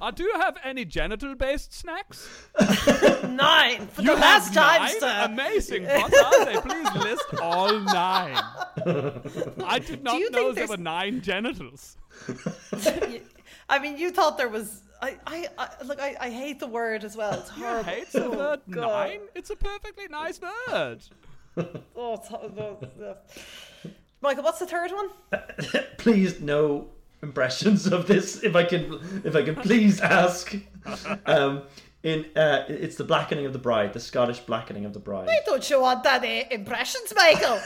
A: Uh, do you have any genital based snacks?
B: Nine for
A: you
B: the
A: have
B: last time,
A: nine?
B: sir.
A: Amazing. What are they? Please list all nine. I did not
B: you
A: know there
B: think there's-
A: were nine genitals.
B: I mean, you thought there was. I, I, I look. I, I hate the word as well. It's
A: I
B: horrible.
A: hate the word
B: Oh, God.
A: nine. It's a perfectly nice word.
B: Oh, it's, hor- the- the- Michael, what's the third one?
D: please no impressions of this if i can if i can please ask um in uh it's the blackening of the bride the scottish blackening of the bride
B: Don't you want any impressions, Michael?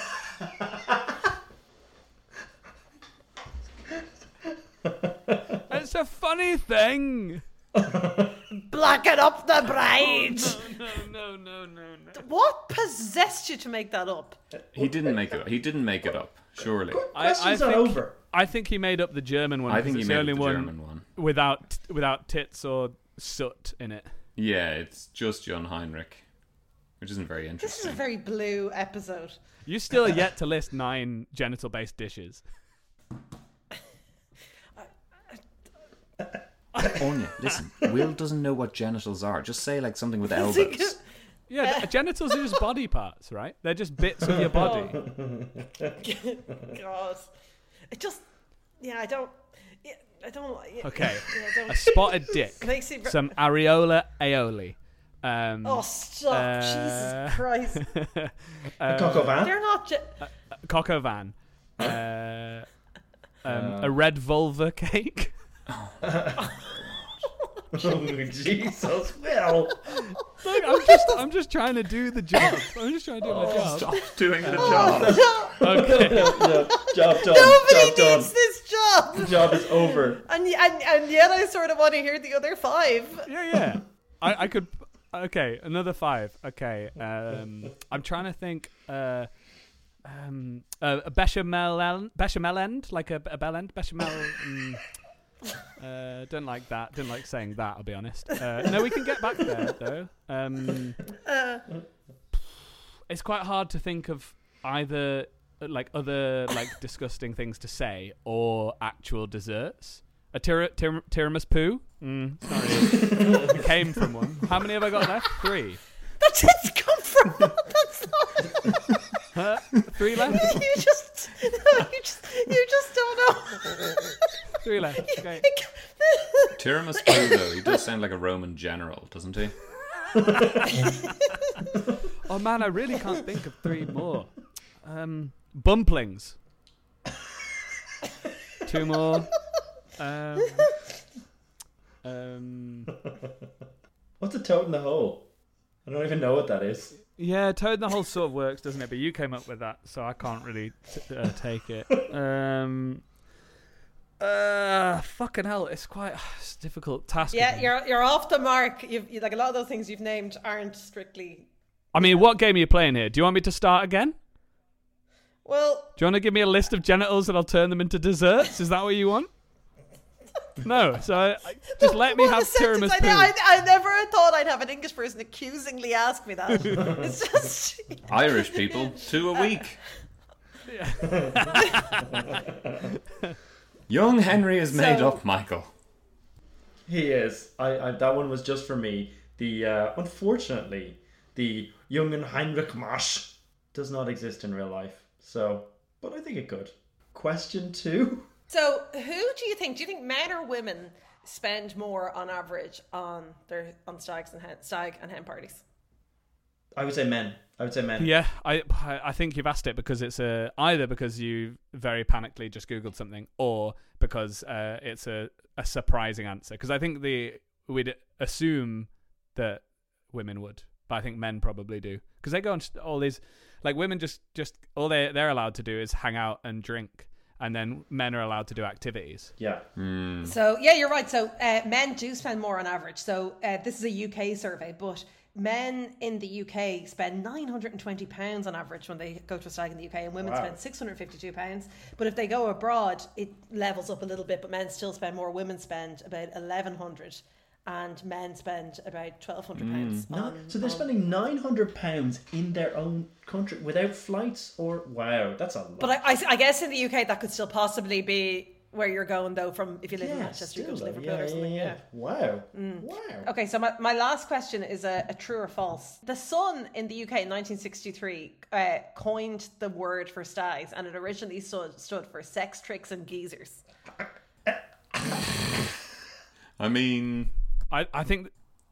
A: It's a funny thing.
B: Blacken up the bride.
A: No, no, no, no, no.
B: What possessed you to make that up?
C: He didn't make it. He didn't make it up. Surely,
D: questions
A: I
D: are
A: think-
D: over
A: I think he made up the German one.
C: I
A: because
C: think he
A: it's
C: made
A: the
C: it
A: only
C: the
A: one
C: German one.
A: without without tits or soot in it.
C: Yeah, it's just John Heinrich, which isn't very
B: This is a
C: interesting.
B: very blue episode.
A: You still are yet to list nine genital based dishes.
C: Anya, listen, Will doesn't know what genitals are. Just say like something with elbows.
A: Yeah, th- genitals are just body parts, right? They're just bits of your body.
B: God, it just. Yeah, I don't. Yeah, I don't. Yeah,
A: Okay.
B: Yeah, I don't.
A: A spotted dick.
B: Makes it.
A: Some areola aioli. Um,
B: oh, stop!
A: uh,
B: Jesus Christ!
D: Coco Van?
B: They're not. Ge-
A: Coco van. Uh, um, a red vulva cake.
D: oh, jesus well
A: Look, I'm just, I'm just trying to do the job. I'm just trying to do my job.
C: Stop doing
D: Oh.
C: the
A: Uh,
C: job.
D: no, job done
B: Nobody
D: job done
B: needs this job.
D: job is over
B: And, y- and and yet I sort of want to hear the other five.
A: Yeah, yeah. I, I could. Okay, another five. Okay. Um, I'm trying to think. Uh, um, uh, a bechamel, el- bechamel end, like a, a bell end, bechamel. mm, uh, don't like that. Don't like saying that. I'll be honest. Uh, no, we can get back there though. Um, it's quite hard to think of either uh, like other like disgusting things to say or actual desserts. A tira- tir- tiramisu poo. Mm, sorry, it came from one. How many have I got left? Three.
B: That's it's come from. That's not.
A: Huh? Three left.
B: you just. No, you just. You just don't know.
A: Three left. Okay.
C: Tiramus Poo, though, he does sound like a Roman general, doesn't he?
A: Oh man, I really can't think of three more. Um, bumplings. Two more. Um, um,
D: what's a toad in the hole i don't even know what that is
A: yeah, Toad and the whole sort of works, doesn't it? But you came up with that, so I can't really t- uh, take it. Um, uh, fucking hell, it's quite it's a difficult task.
B: yeah,
A: isn't it?
B: you're you're off the mark. You've, you like a lot of those things you've named aren't strictly.
A: I mean, what game are you playing here? Do you want me to start again?
B: Well,
A: Do you want to give me a list of genitals and I'll turn them into desserts? Is that what you want? No, so I, I- just let me
B: what a
A: have
B: sentence.
A: tiramisu.
B: I, ne- I, I never thought I'd have an English person accusingly ask me that. it's just.
C: Irish people, two a week. Young Henry is made
B: So-
C: up, Michael.
D: He is. I, I that one was just for me. The uh, unfortunately, the Jungen Heinrich Marsch does not exist in real life. So, but I think it could. Question two.
B: So, who do you think? Do you think men or women spend more on average on their on stags and hen, stag and hen parties?
D: I would say men. I would say men.
A: yeah, I I I think you've asked it because it's a either because you very panically just googled something or because uh, it's a, a surprising answer. Because I think the we'd assume that women would, but I think men probably do because they go on st- all these like women just just all they they're allowed to do is hang out and drink, and then men are allowed to do activities.
D: Yeah.
B: So, yeah, you're right. So, uh, men do spend more on average. So, uh, this is a UK survey, but men in the UK spend 920 pounds on average when they go to a stag in the UK, and women
D: Wow.
B: spend 652 pounds. But if they go abroad, it levels up a little bit. But men still spend more. Women spend about 1100, and men spend about 1200 pounds.
D: No,
B: on-
D: Uh, so they're
B: on-
D: spending nine hundred pounds in their own country without flights or wow, that's a lot.
B: But I, I, I guess in the UK that could still possibly be where you're going though from if you live in
D: Yeah,
B: Manchester, you go
D: still
B: to
D: though.
B: Liverpool
D: yeah,
B: or something.
D: Yeah,
B: Yeah. Mm.
D: yeah. Wow. Wow.
B: Okay, so my, my last question is a, a true or false. The Sun in the UK in 1963 uh, coined the word for stags, and it originally stood, stood for sex tricks and geezers.
C: I mean,
A: I, I think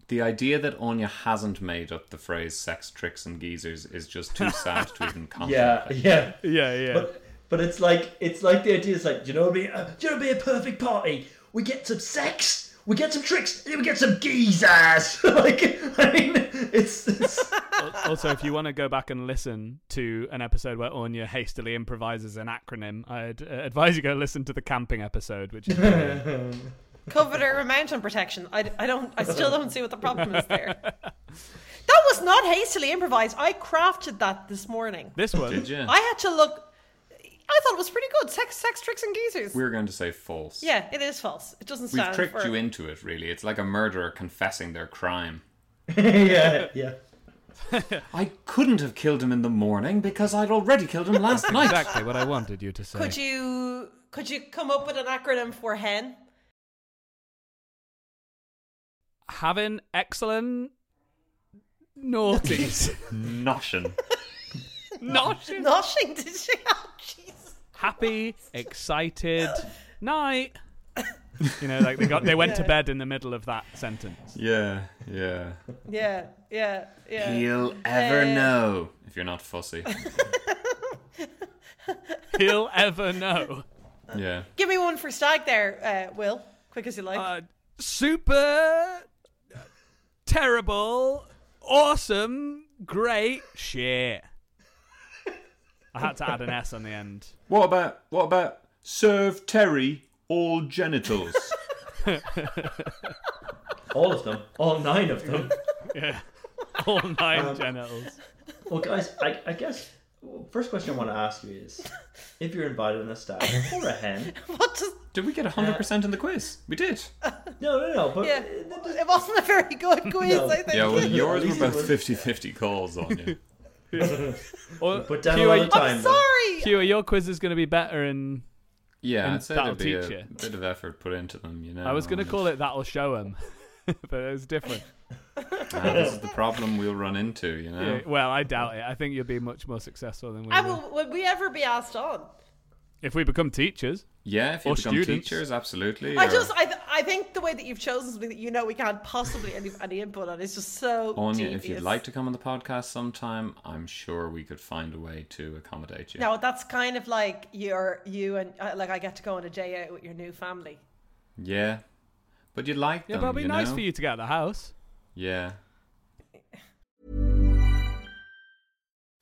C: the idea that Anya hasn't made up the phrase "sex tricks and geezers" is just too sad to even contemplate.
D: Yeah, yeah.
A: yeah, yeah.
D: But but it's like it's like the idea is like, do you know what would be, uh, do you know what would be a perfect party? We get some sex, we get some tricks, and then we get some geezers. like I mean, it's, it's
A: Al- also, if you want to go back and listen to an episode where Anya hastily improvises an acronym, I'd uh, advise you go listen to the camping epised, which is
B: Coveter and mountain protection. I, I don't. I still don't see what the problem is there. That was not hastily improvised. I crafted that this morning.
A: this
C: Did
A: one.
C: you?
B: I had to look. I thought it was pretty good. Sex, sex tricks and geezers.
C: We're going to say false.
B: yeah, it is false. It doesn't
C: We've
B: stand
C: tricked
B: for.
C: you into it, really. It's like a murderer confessing their crime.
D: yeah, yeah.
C: I couldn't have killed him in the morning because I'd already killed him last night.
A: exactly what I wanted you to say.
B: Could you could you come up with an acronym for hen?
A: Having excellent naughties.
C: Notion.
A: Not
B: Nothing. Did she? Oh, Jesus.
A: happy, excited night. You know, like they got they went to bed in the middle of that sentence.
C: Yeah, yeah.
B: Yeah, yeah, yeah.
C: He'll ever
B: Uh,
C: know if you're not fussy.
A: He'll ever know.
C: Yeah.
B: Give me one for stag there, uh, Will. Quick as you like.
A: Uh, super terrible, awesome, great shit. I had to add an S on the end.
C: What about what about serve Terry all genitals?
D: All of them, all nine of them.
A: All nine
D: Um,
A: genitals.
D: Well, guys, I, I guess well, first question I want to ask you is, if you're invited on a stag or a hen,
B: what does?
C: did we get 100% in the quiz? We did.
D: no, no, no, but
B: Yeah, it wasn't a very good quiz.
D: No.
B: I think.
C: Yeah, well,
D: At
C: yours were
D: least it
C: about
D: was-
C: 50 50 calls on you.
A: Or,
D: put down a
A: Q,
D: lot of
A: are,
D: time.
B: I'm
D: though.
B: sorry.
A: Q, are your quiz is going to be better in.
C: Yeah,
A: And
C: I'd say
A: that'll
C: there'd be
A: teach
C: a
A: you.
C: bit of effort put into them, you know.
A: I was
D: Um,
A: going to call it That'll Show 'Em, but it was different.
C: Ah, this is the problem we'll run into, you know.
A: Yeah, Well, I doubt it. I think you'll be much more successful than we
B: I
A: were.
B: will, would we ever be asked on?
A: If we become teachers,
C: Yeah, if you
A: Or
C: become
A: students.
C: teachers, absolutely.
B: I
C: or
B: just, I, th- I think the way that you've chosen something that you know we can't possibly any, any input on is just so.
C: Anya,
B: devious.
C: if you'd like to come on the podcast sometime, I'm sure we could find a way to accommodate you.
B: No, that's kind of like your you and uh, like I get to go on a day out with your new family.
C: Yeah, but you'd like
A: yeah,
C: them.
A: but it'll be
C: you
A: nice
C: know?
A: for you to get out of the house.
C: Yeah.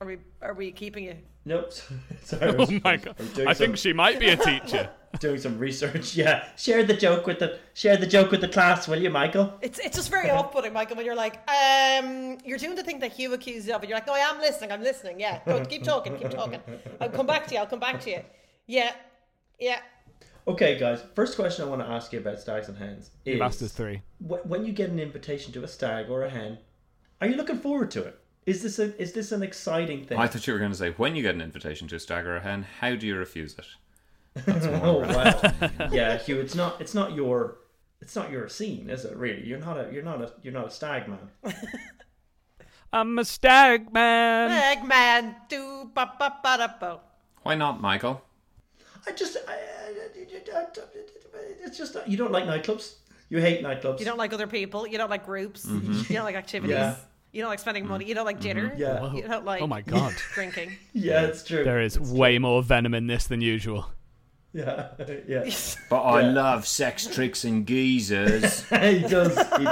B: are we are we keeping you?
D: Nope. Sorry. I was-
A: Oh my
D: I'm
A: god!
D: doing
A: I
D: some-
A: think she might be a teacher.
D: doing some research. Yeah, share the joke with the share the joke with the class, will you, Michael?
B: It's it's just very off-putting, Michael, when you're like, um, you're doing the thing that Hugh accused you of, and you're like, no, I am listening, I'm listening, yeah, go, keep talking, keep talking, I'll come back to you, I'll come back to you, yeah, yeah.
D: Okay, guys. First question I want to ask you about stags and hens is:
A: Masters three.
D: wh- when you get an invitation to a stag or a hen, are you looking forward to it? Is this a, is this an exciting thing?
C: I thought you were going to say, when you get an invitation to a stag or a hen, how do you refuse it?
D: oh wow. yeah, Hugh. It's not it's not your it's not your scene, is it? Really, you're not a you're not a you're not a stag man.
A: I'm a stag man.
B: Eggman, do ba ba ba da bo.
C: Why not, Michael?
D: I just, I, I, I- I- it's just you don't like nightclubs. You hate nightclubs.
B: You don't like other people. You don't like groups. You don't like activities.
D: Mm-hmm. Yeah. Mm-hmm.
B: You don't like spending money. You don't like dinner.
D: Yeah.
B: You don't like
A: Oh my god.
B: drinking.
D: yeah, it's true.
A: There is way more venom in this than usual.
D: Yeah, yeah.
C: But I love sex tricks and geezers.
D: he does. He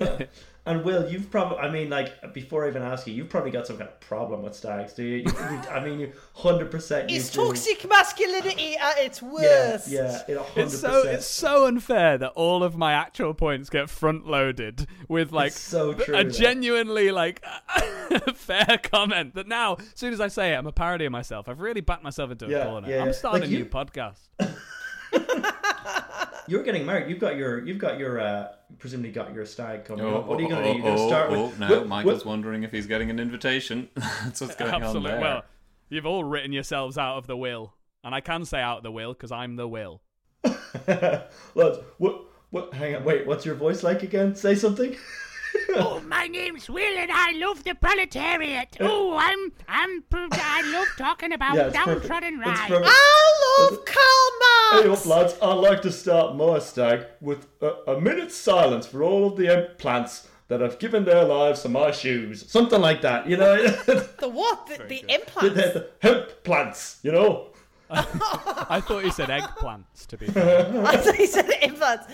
D: does. and Will, you've probably, I mean, like, before I even ask you, you've probably got some kind of problem with stags, do you? you I mean, you 100% you
B: It's
D: do.
B: toxic masculinity at its
D: Yeah,
B: worst.
D: yeah, it 100%.
A: It's so it's so unfair that all of my actual points get front loaded with like
D: so
A: th-
D: true,
A: a
D: though.
A: genuinely like fair comment that now as soon as I say it I'm a parody of myself. I've really backed myself into a
D: Yeah,
A: corner.
D: yeah, yeah.
A: I'm starting
D: Like
A: a
D: you-
A: new podcast.
D: You're getting married. You've got your, you've got your, uh, presumably got your stag coming
C: Oh,
D: up. What are you going to
C: oh,
D: do? You're going to
C: oh,
D: start
C: oh,
D: with.
C: no,
D: Will-
C: Michael's
D: Will-
C: wondering if he's getting an invitation. That's what's going
A: Absolutely.
C: on there.
A: Well, you've all written yourselves out of the will. And I can say out of the will because I'm the will.
D: Lads, what, what, hang on, wait, what's your voice like again? Say something.
E: Oh, my name's Will, and I love the proletariat. Oh, I'm, I'm, pro- I love talking about
D: yeah, it's
E: downtrodden
D: perfect. It's
E: rights.
D: perfect.
B: I love Karl
D: Hey
B: Marx.
D: up, lads, I'd like to start my stag with a, a minute's silence for all of the em- plants that have given their lives to my shoes. Something like that, you know? the,
B: The what? The, the
D: the,
B: implants.
D: the hemp plants, you know?
A: I thought you said eggplants to be fair.
B: I thought he said implants.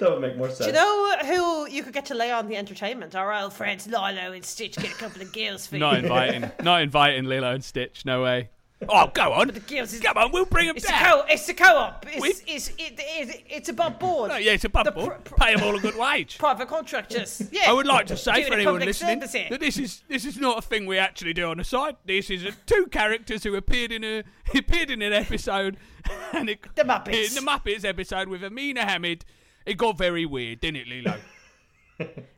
D: That would make more sense.
B: Do you know who you could get to lay on the entertainment? Our old friends Lilo and Stitch get a couple of girls for
A: Not
B: you.
A: inviting not inviting Lilo and Stitch, no way. Oh go on.
B: girls is-
A: Come on, we'll bring him
B: It's a
A: down.
B: co. It's a co-op. It's
A: We've-
B: it's it, it, it's above board.
A: No, Oh, yeah, it's a bubble.
B: pr- pr-
A: Pay them all a good wage.
B: Private contractors. Yeah.
A: I would like to say
B: Doing
A: for
B: a
A: anyone
B: public
A: listening
B: service here.
A: that this is this is not a thing we actually do on the site. This is a, two characters who appeared in a appeared in an episode, and it,
B: The Muppets.
A: in the Muppets episode with Amina Hamid. It got very weird, didn't it, Lilo?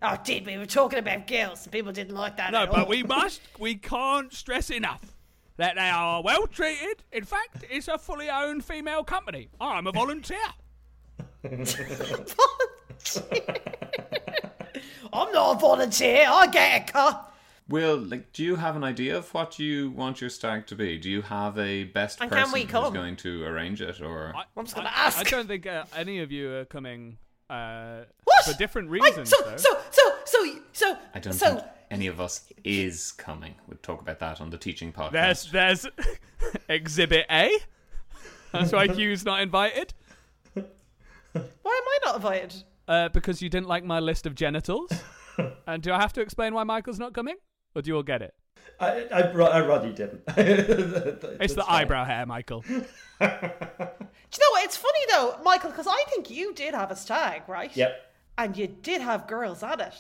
B: Oh, did we were talking about girls and people didn't like that.
A: no,
B: at all.
A: but we must. We can't stress enough that they are well treated. In fact, it's a fully owned female company. I'm a volunteer.
B: I'm not a volunteer. I get a car.
C: Will, like, do you have an idea of what you want your stag to be? Do you have a best
B: And can
C: person
B: we
C: who's
B: come?
C: going to arrange it, or
B: I'm just gonna ask.
A: I don't think uh, any of you are coming uh,
B: What?
A: for different
B: I-
A: reasons.
B: so,
A: though.
B: so, so, so, so,
C: I don't
B: so.
C: think any of us is coming. We'll talk about that on the teaching podcast.
A: There's there's exhibit A. That's why Hugh's not invited.
B: Why am I not invited?
A: Uh, because you didn't like my list of genitals. And do I have to explain why Michael's not coming? Or do you all get it?
D: I, I, ra- I rather you didn't.
A: It's the eyebrow hair, Michael.
B: Do you know what? It's funny though, Michael, because I think you did have a stag, right?
D: Yep.
B: And you did have girls at it,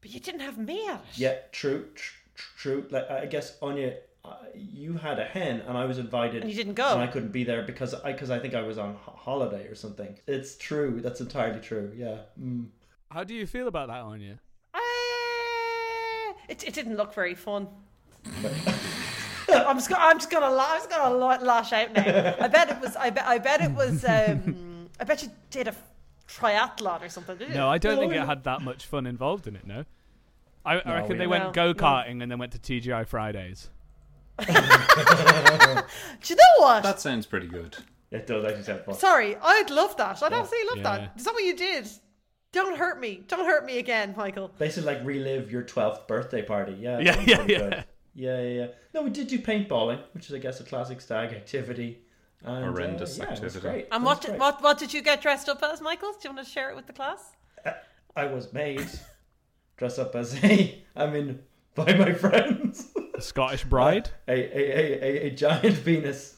B: but you didn't have me at it.
D: Yeah, true, tr- tr- true. Like, I I guess, Anya, uh, you had a hen and I was invited.
B: And you didn't go.
D: And I couldn't be there because I, cause I think I was on ho- holiday or something. It's true. That's entirely true. Yeah. Mm.
A: How do you feel about that, Anya?
B: Uh, it, it didn't look very fun. I'm just gonna, I'm just gonna, la- I'm just gonna la- lash out now. I bet it was, I bet, I bet it was, um, I bet you did a triathlon or something, didn't you?
A: No, I don't think it had that much fun involved in it, no. I, I reckon
D: we-
A: they
B: No,
A: went
B: no.
A: go karting and then went to TGI Fridays.
B: Do you know what?
C: that sounds pretty good.
D: It does actually sound fun.
B: Sorry, I'd love that. I'd absolutely love
A: yeah.
B: that. Is that what you did? Don't hurt me. Don't hurt me again, Michael.
D: Basically, like relive your twelfth birthday party. Yeah,
A: Yeah,
D: that's
A: yeah,
D: pretty
A: yeah.
D: good. yeah, yeah, yeah. No, we did do paintballing, which is, I guess, a classic stag activity. And, uh,
C: Horrendous
D: yeah, it was
C: activity.
D: great.
B: And
D: It
B: what
D: was great.
B: what what did you get dressed up as, Michael? Do you want to share it with the class?
D: I was made dress up as a. I mean, by my friends,
A: The Scottish Bride.
D: a a a, a, a giant Venus.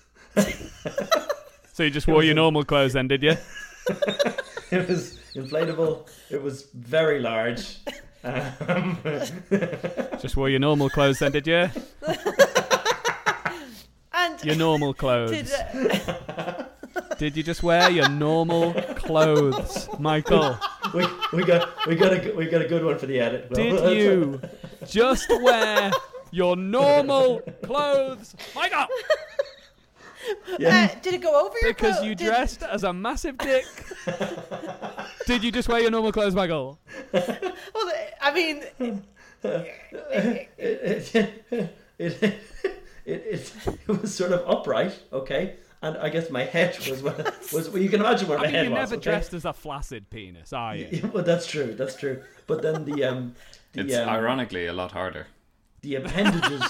A: So you just wore your normal clothes then, did you?
D: It was inflatable. It was very large. Um,
A: Just wore your normal clothes then, did you?
B: And
A: Your normal clothes.
B: did, uh,
A: Did you just wear your normal clothes, Michael?
D: we, we got we got a good- we got a good one for the edit. Will.
A: Did you just wear your normal clothes, Michael?
B: uh, did it go over your
A: Because
B: coat?
A: you
B: Did-
A: dressed as a massive dick. Did you just wear your normal clothes, Michael?
B: Well, I mean,
D: it, it, it, it, it was sort of upright, okay? And I guess my head was what, was well, you can imagine where
A: I
D: my
A: mean,
D: head
A: you're
D: was.
A: never
D: okay?
A: dressed as a flaccid penis, are you?
D: well, that's true. That's true. But then the um, the
C: It's
D: um,
C: ironically a lot harder.
D: the appendages,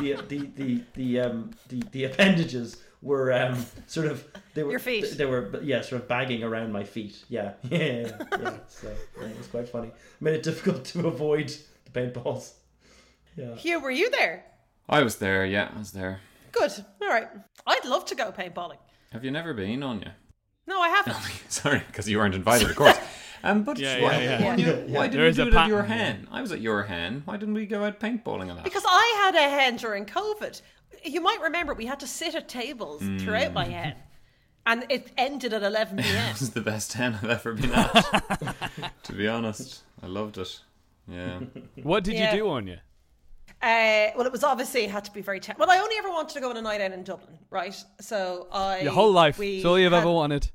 D: the the the the um the, the appendages were um sort of they were
B: Your feet.
D: They, were yeah sort of bagging around my feet. Yeah, yeah, yeah. so yeah, it was quite funny. Made it difficult to avoid the paintballs. Yeah.
B: Hugh, were you there?
C: I was there, yeah, I was there.
B: Good. All right. I'd love to go paintballing.
C: Have you never been, Anya?
B: No, I haven't.
C: Sorry, because you weren't invited, of course. Um, but
A: Yeah,
C: why,
A: yeah, yeah.
C: why didn't- why
A: There
C: didn't
A: is
C: you
A: a
C: do it at
A: pattern
C: your
A: here.
C: hen? I was at your hen. Why didn't we go out paintballing a lot?
B: Because I had a hen during COVID. You might remember we had to sit at tables
D: Mm.
B: throughout
C: Mm.
B: my hen, and it ended at 11 p.m.
C: This is the best hen I've ever been at. to be honest, I loved it. Yeah.
A: What did
B: Yeah.
A: you do on you?
B: uh, well, it was obviously it had to be very. Te- well, I only ever wanted to go on a night out in Dublin, right? So I
A: Your whole life.
B: we
A: It's all you've
B: had-
A: ever wanted.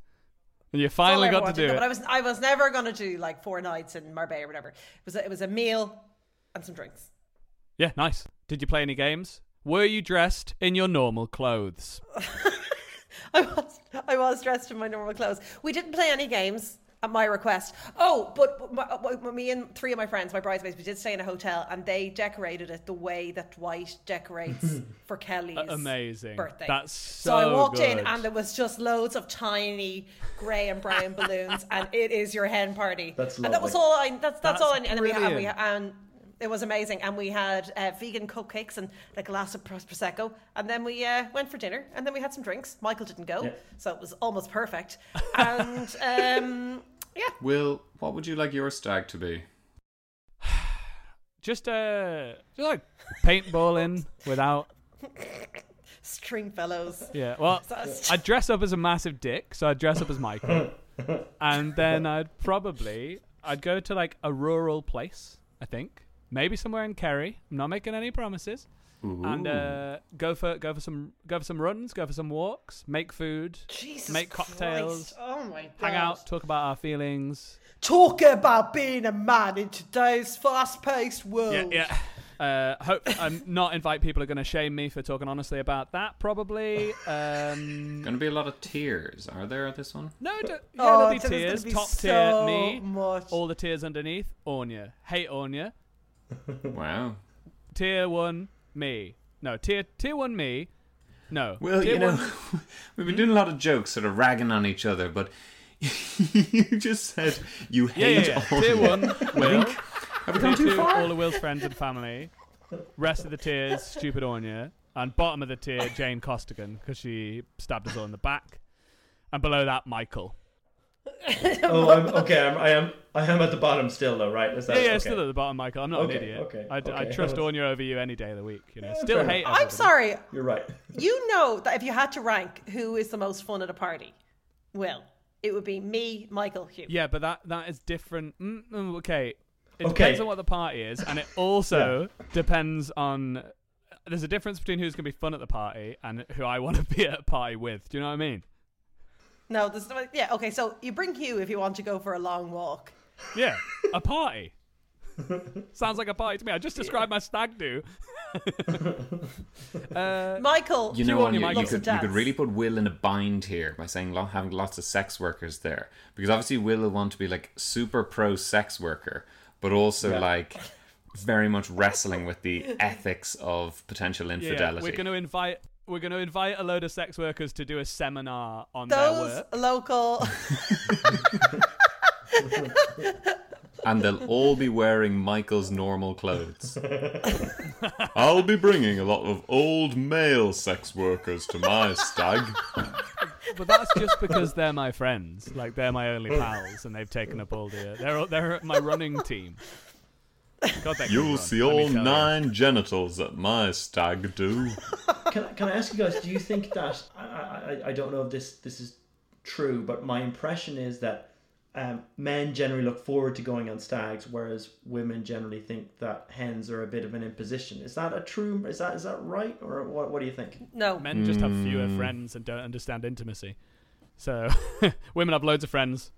A: And you
B: That's all
A: finally
B: I ever
A: got to
B: wanted
A: do
B: But I
A: it.
B: was I was never going to do like four nights in Marbella or whatever. It was a, it was a meal and some drinks.
A: Yeah, nice. Did you play any games? Were you dressed in your normal clothes?
B: I was I was dressed in my normal clothes. We didn't play any games at my request. Oh, but my, my, me and three of my friends, my bridesmaids, we did stay in a hotel and they decorated it the way that Dwight decorates for Kelly's
A: Amazing.
B: birthday.
A: That's
B: so I
A: so
B: walked in
A: good.
B: and there was just loads of tiny grey and brown balloons and it is your hen party.
D: That's
B: And that was
D: lovely.
B: all I that's that's,
A: That's
B: all I and then we and we
A: brilliant.
B: and it was amazing, and we had uh, vegan cupcakes and a glass of pros- prosecco, and then we uh, went for dinner, and then we had some drinks. Michael didn't go,
D: Yeah.
B: so it was almost perfect. And um, yeah,
C: Will, what would you like your stag to be?
A: Just uh, just like paintballing without.
B: string fellows.
A: Yeah, well,
B: That's-
A: I'd dress up as a massive dick, so I'd dress up as Michael, and then I'd probably I'd go to like a rural place, I think, maybe somewhere in Kerry. I'm not making any promises, and uh, go for go for some go for some runs, go for some walks, make food,
B: Jesus
A: make cocktails,
B: Christ. Oh my god!
A: hang out, talk about our feelings.
B: Talk about being a man in today's fast-paced
A: Yeah,
B: world.
A: yeah. Uh, hope I'm not invite people are going to shame me for talking honestly about that. Probably. Um,
C: Going to be a lot of tears, are there at this one?
A: no, don't, yeah,
B: Oh,
A: there'll be
B: there's gonna
A: tears.
B: be
A: Top
B: so
A: tier me.
B: much.
A: All the tears underneath. Ornya. Hate Ornya.
D: Hmm.
C: Wow.
A: Tier one me. No, tier tier one me. No.
C: Well,
A: tier
C: you know,
A: one-
C: we've been doing a lot of jokes, sort of ragging on each other, but you just said you
A: yeah,
C: hate
A: yeah, yeah.
C: all
A: Tier
C: of
A: one.
C: it.
A: Will.
C: Have we
A: Tier
C: gone too
A: two,
C: far?
A: All of Will's friends and family. Rest of the tiers. Stupid Ornya. And bottom of the tier, Jane Costigan, because she stabbed us all in the back. And below that, Michael.
D: Oh, I'm, okay. I'm, I am I am at the bottom still though, right? Is that,
A: Yeah, yeah,
D: okay.
A: still at the bottom, Michael. I'm not
D: Okay,
A: an idiot.
D: okay,
A: I, I
D: okay.
A: trust Ornya over you any day of the week. You know,
D: Yeah,
A: still
D: fair
A: hate.
D: enough.
B: I'm
A: everybody.
B: sorry.
D: You're right.
B: You know that if you had to rank who is the most fun at a party, well, it would be me, Michael, Hugh.
A: Yeah, but that that is different. Mm, mm, okay, it
D: Okay.
A: depends on what the party is, and it also depends on. There's a difference between who's going to be fun at the party and who I want to be at a party with. Do you know what I mean?
B: No, this is, yeah, okay, so you bring Hugh if you want to go for a long walk.
A: Yeah, a party. Sounds like a party to me. I just described my stag do.
B: Michael,
C: You
A: Do you
C: know,
A: want
C: Anya,
A: your
C: you
A: Michael
C: could
B: to
C: you could
B: dance?
C: really put Will in a bind here by saying lo- having lots of sex workers there, because obviously Will will want to be like super pro sex worker, but also like very much wrestling with the ethics of potential
A: Yeah,
C: infidelity.
A: we're going to invite. We're going to invite a load of sex workers to do a seminar on their
B: those
A: work.
B: local.
C: and they'll all be wearing Michael's normal clothes. I'll be bringing a lot of old male sex workers to my stag.
A: But that's just because they're my friends. Like they're my only
C: Oh.
A: pals, and they've taken up all the. uh, They're they're my running team. God, they can run,
C: You'll see
A: let me
C: all
A: tell you.
C: nine genitals at my stag do.
D: Can, I- can I ask you guys? Do you think that I, I, I- I don't know if this this is true, but my impression is that um, men generally look forward to going on stags, whereas women generally think that hens are a bit of an imposition. Is that a true? Is that is that right, or what? What do you think?
B: No.
A: Men just have fewer
C: Hmm.
A: friends and don't understand intimacy. So women have loads of friends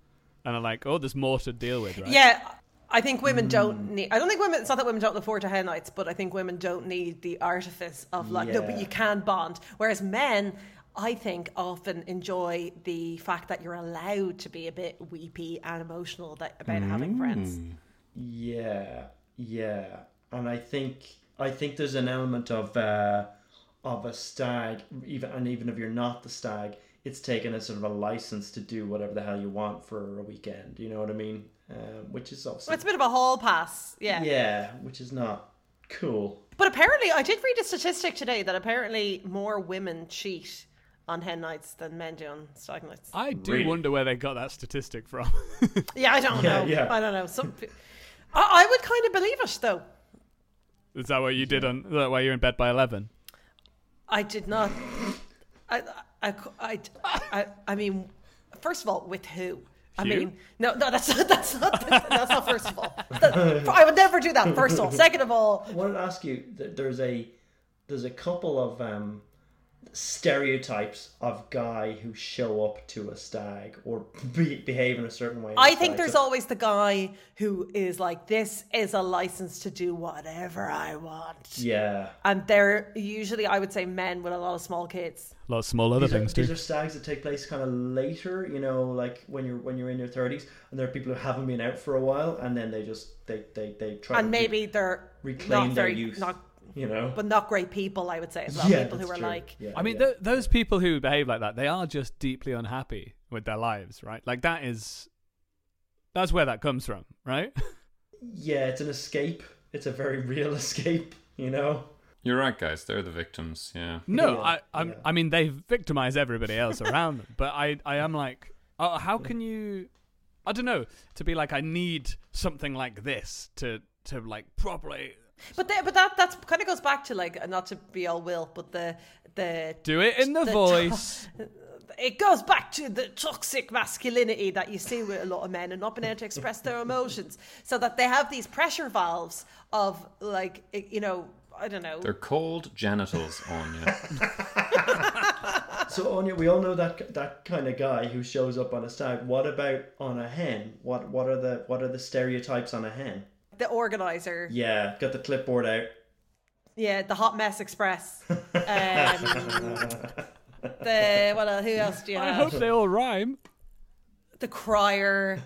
A: and are like, oh, there's more to deal with, right?
B: Yeah, I think women don't need. I don't think women. It's not that women don't look forward to hen nights, but I think women don't need the artifice of like. No,
D: Yeah.
B: but you can bond. Whereas men, I think, often enjoy the fact that you're allowed to be a bit weepy and emotional that, about having friends.
D: Mm. Yeah, yeah, and I think I think there's an element of uh, of a stag, even and even if you're not the stag, it's taken as sort of a license to do whatever the hell you want for a weekend. You know what I mean? Um, which is obviously
B: Well, it's a bit of a hall pass. Yeah.
D: yeah, which is not cool.
B: But apparently, I did read a statistic today that apparently more women cheat on hen nights than men do on stag nights.
A: I do
D: Really?
A: wonder where they got that statistic from.
B: Yeah, I don't
D: Yeah,
B: know.
D: yeah.
B: I don't know. Some, pe- I, I would kind of believe it though.
A: Is that what you did on? Is that why you're in bed by eleven?
B: I did not. I, I, I, I, I mean, first of all, with who? I
A: You?
B: mean, no, no, that's not, that's not, that's not first of all. That- I would never do that, first of all. Second of all,
D: I wanted to ask you. th- There's a there's a couple of um, stereotypes of guy who show up to a stag or be, behave in a certain way. at a
B: I think
D: stag.
B: there's
D: So-
B: always the guy who is like, this is a license to do whatever I want.
D: yeah.
B: And they're usually, I would say, men with a lot of small kids.
A: A lot of small other
D: These are,
A: things too.
D: these are stags that take place kind of later, you know, like when you're when you're in your thirties, and there are people who haven't been out for a while, and then they just they they they try
B: And
D: to
B: maybe they're
D: reclaim
B: not
D: their
B: very,
D: youth,
B: not,
D: you know.
B: but not great people, I would say, as well. people who
D: that's
B: are
D: true.
B: like,
D: Yeah,
A: I mean,
D: yeah.
A: th- those people who behave like that, they are just deeply unhappy with their lives, right? Like that is, that's where that comes from, right?
D: yeah, it's an escape. It's a very real escape, you know.
C: You're right, guys. They're the victims. Yeah.
A: No,
D: Yeah,
A: I, I'm,
D: yeah.
A: I mean, they victimize everybody else around them, but I, I am like, oh, how can you? I don't know. To be like, I need something like this to, to like properly
B: But the, but that that's kind of goes back to like not to be all will, but the the
A: do it in the
B: The-
A: voice.
B: it goes back to the toxic masculinity that you see with a lot of men and not being able to express their emotions, so that they have these pressure valves of like i- you know I don't know.
C: They're cold genitals on you.
D: So Anya, we all know that that kind of guy who shows up on a stag. What about on a hen? What what are the what are the stereotypes on a hen?
B: the organizer, yeah.
D: Yeah, got the clipboard out.
B: the hot mess express. Um, the what else, who else do you
A: I
B: have?
A: hope they all rhyme.
B: The crier.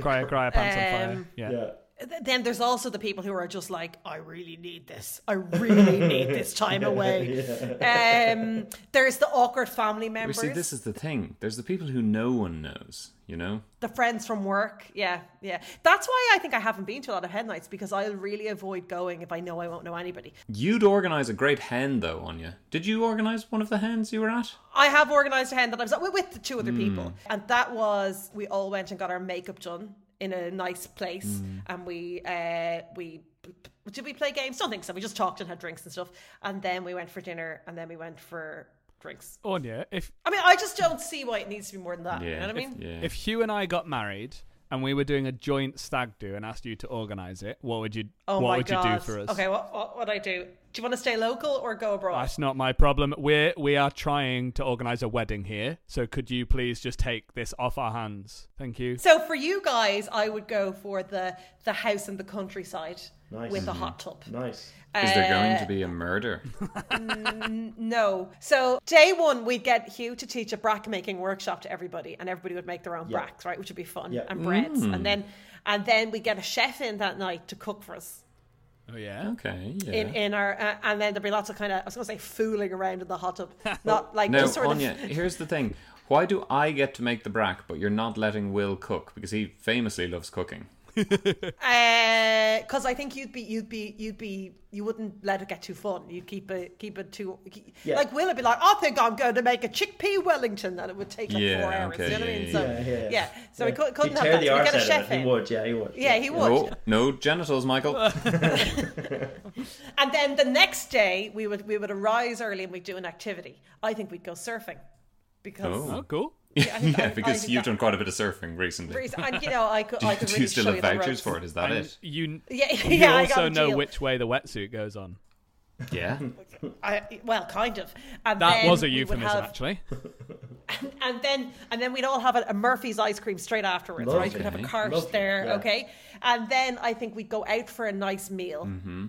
A: Crier, crier, pants on fire.
B: Um,
A: Yeah.
D: Yeah.
B: Th- then there's also the people who are just like, I really need this. I really need this time away. Um, there's the awkward family
C: You
B: members,
C: see, this is the thing. There's the people who no one knows. You know.
B: the friends from work. Yeah, yeah. That's why I think I haven't been to a lot of hen nights because I'll really avoid going if I know I won't know anybody.
C: You'd organize a great hen, though, Anya. Did you organize one of the hens you were at?
B: I have organised a hen that I was at with- with the two other people, and that was we all went and got our makeup done in a nice place, and we uh, we did we play games? Don't think so. We just talked and had drinks and stuff, and then we went for dinner, and then we went for drinks.
A: Anya, if
B: I mean, I just don't see why it needs to be more than that. You
C: Yeah.
B: know what I mean?
C: Yeah.
A: If Hugh and I got married and we were doing a joint stag do and asked you to organise it, what would you
B: Oh
A: what
B: my
A: would
B: god.
A: you do for us?
B: Okay, what what would I do? Do you want to stay local or go abroad?
A: That's not my problem. We're we are trying to organise a wedding here, so could you please just take this off our hands? Thank you.
B: So for you guys, I would go for the the house in the countryside
D: Nice.
B: with a hot tub. Uh,
D: Nice.
C: Is there going to be a murder?
B: No. So day one, we'd get Hugh to teach a brack making workshop to everybody, and everybody would make their own
D: Yeah.
B: bracks, right? Which would be fun
D: Yeah.
B: and breads,
C: Mm.
B: and then and then we get a chef in that night to cook for us.
A: Oh yeah.
C: Okay, yeah.
B: In, in our uh, and then there'd be lots of kind of I was gonna say fooling around in the hot tub, not like
C: now,
B: just sort
C: Anya,
B: of
C: here's the thing. Why do I get to make the brack, but you're not letting Will cook? Because he famously loves cooking.
B: because uh, I think you'd be you'd be you'd be you wouldn't let it get too fun. You'd keep it keep it too
D: Yeah.
B: like Will would be like I think I'm going to make a chickpea Wellington and it would take like
C: Yeah,
B: four hours.
C: okay,
B: you know what I mean?
C: yeah,
B: So
D: Yeah, yeah.
B: yeah. so we
D: Yeah.
B: cou- couldn't
D: He'd
B: have
D: tear
B: that.
D: the
B: So we
D: arse out
B: get a
D: of
B: chef
D: it.
B: in.
D: He would. Yeah, he would.
B: Yeah, he would.
C: Oh, no genitals, Michael.
B: And then the next day, we would we would arise early and we'd do an activity. I think we'd go surfing because
C: Oh.
A: Oh cool.
B: yeah, I think- I-
C: yeah,
B: I
C: because
B: think
C: you've
B: that-
C: done quite a bit of surfing recently.
B: and you know I could
C: do,
B: I
C: you,
B: could
C: do
B: really
C: you still
B: show
C: have
B: the
C: vouchers
B: ropes.
C: for it? Is that
A: And
C: it?
A: you
B: Yeah,
A: you
B: yeah. I got
A: also
B: a
A: know
B: deal.
A: which way the wetsuit goes on.
C: Yeah.
B: I, well, kind of. And
A: That
B: then
A: was a
B: we would
A: euphemism
B: have-
A: actually.
B: And then and then we'd all have a, a Murphy's ice cream straight afterwards, right? We'd have a
C: Lovely.
B: cart
D: Lovely,
B: there,
D: yeah.
B: okay? And then I think we'd go out for a nice meal
C: Mm-hmm.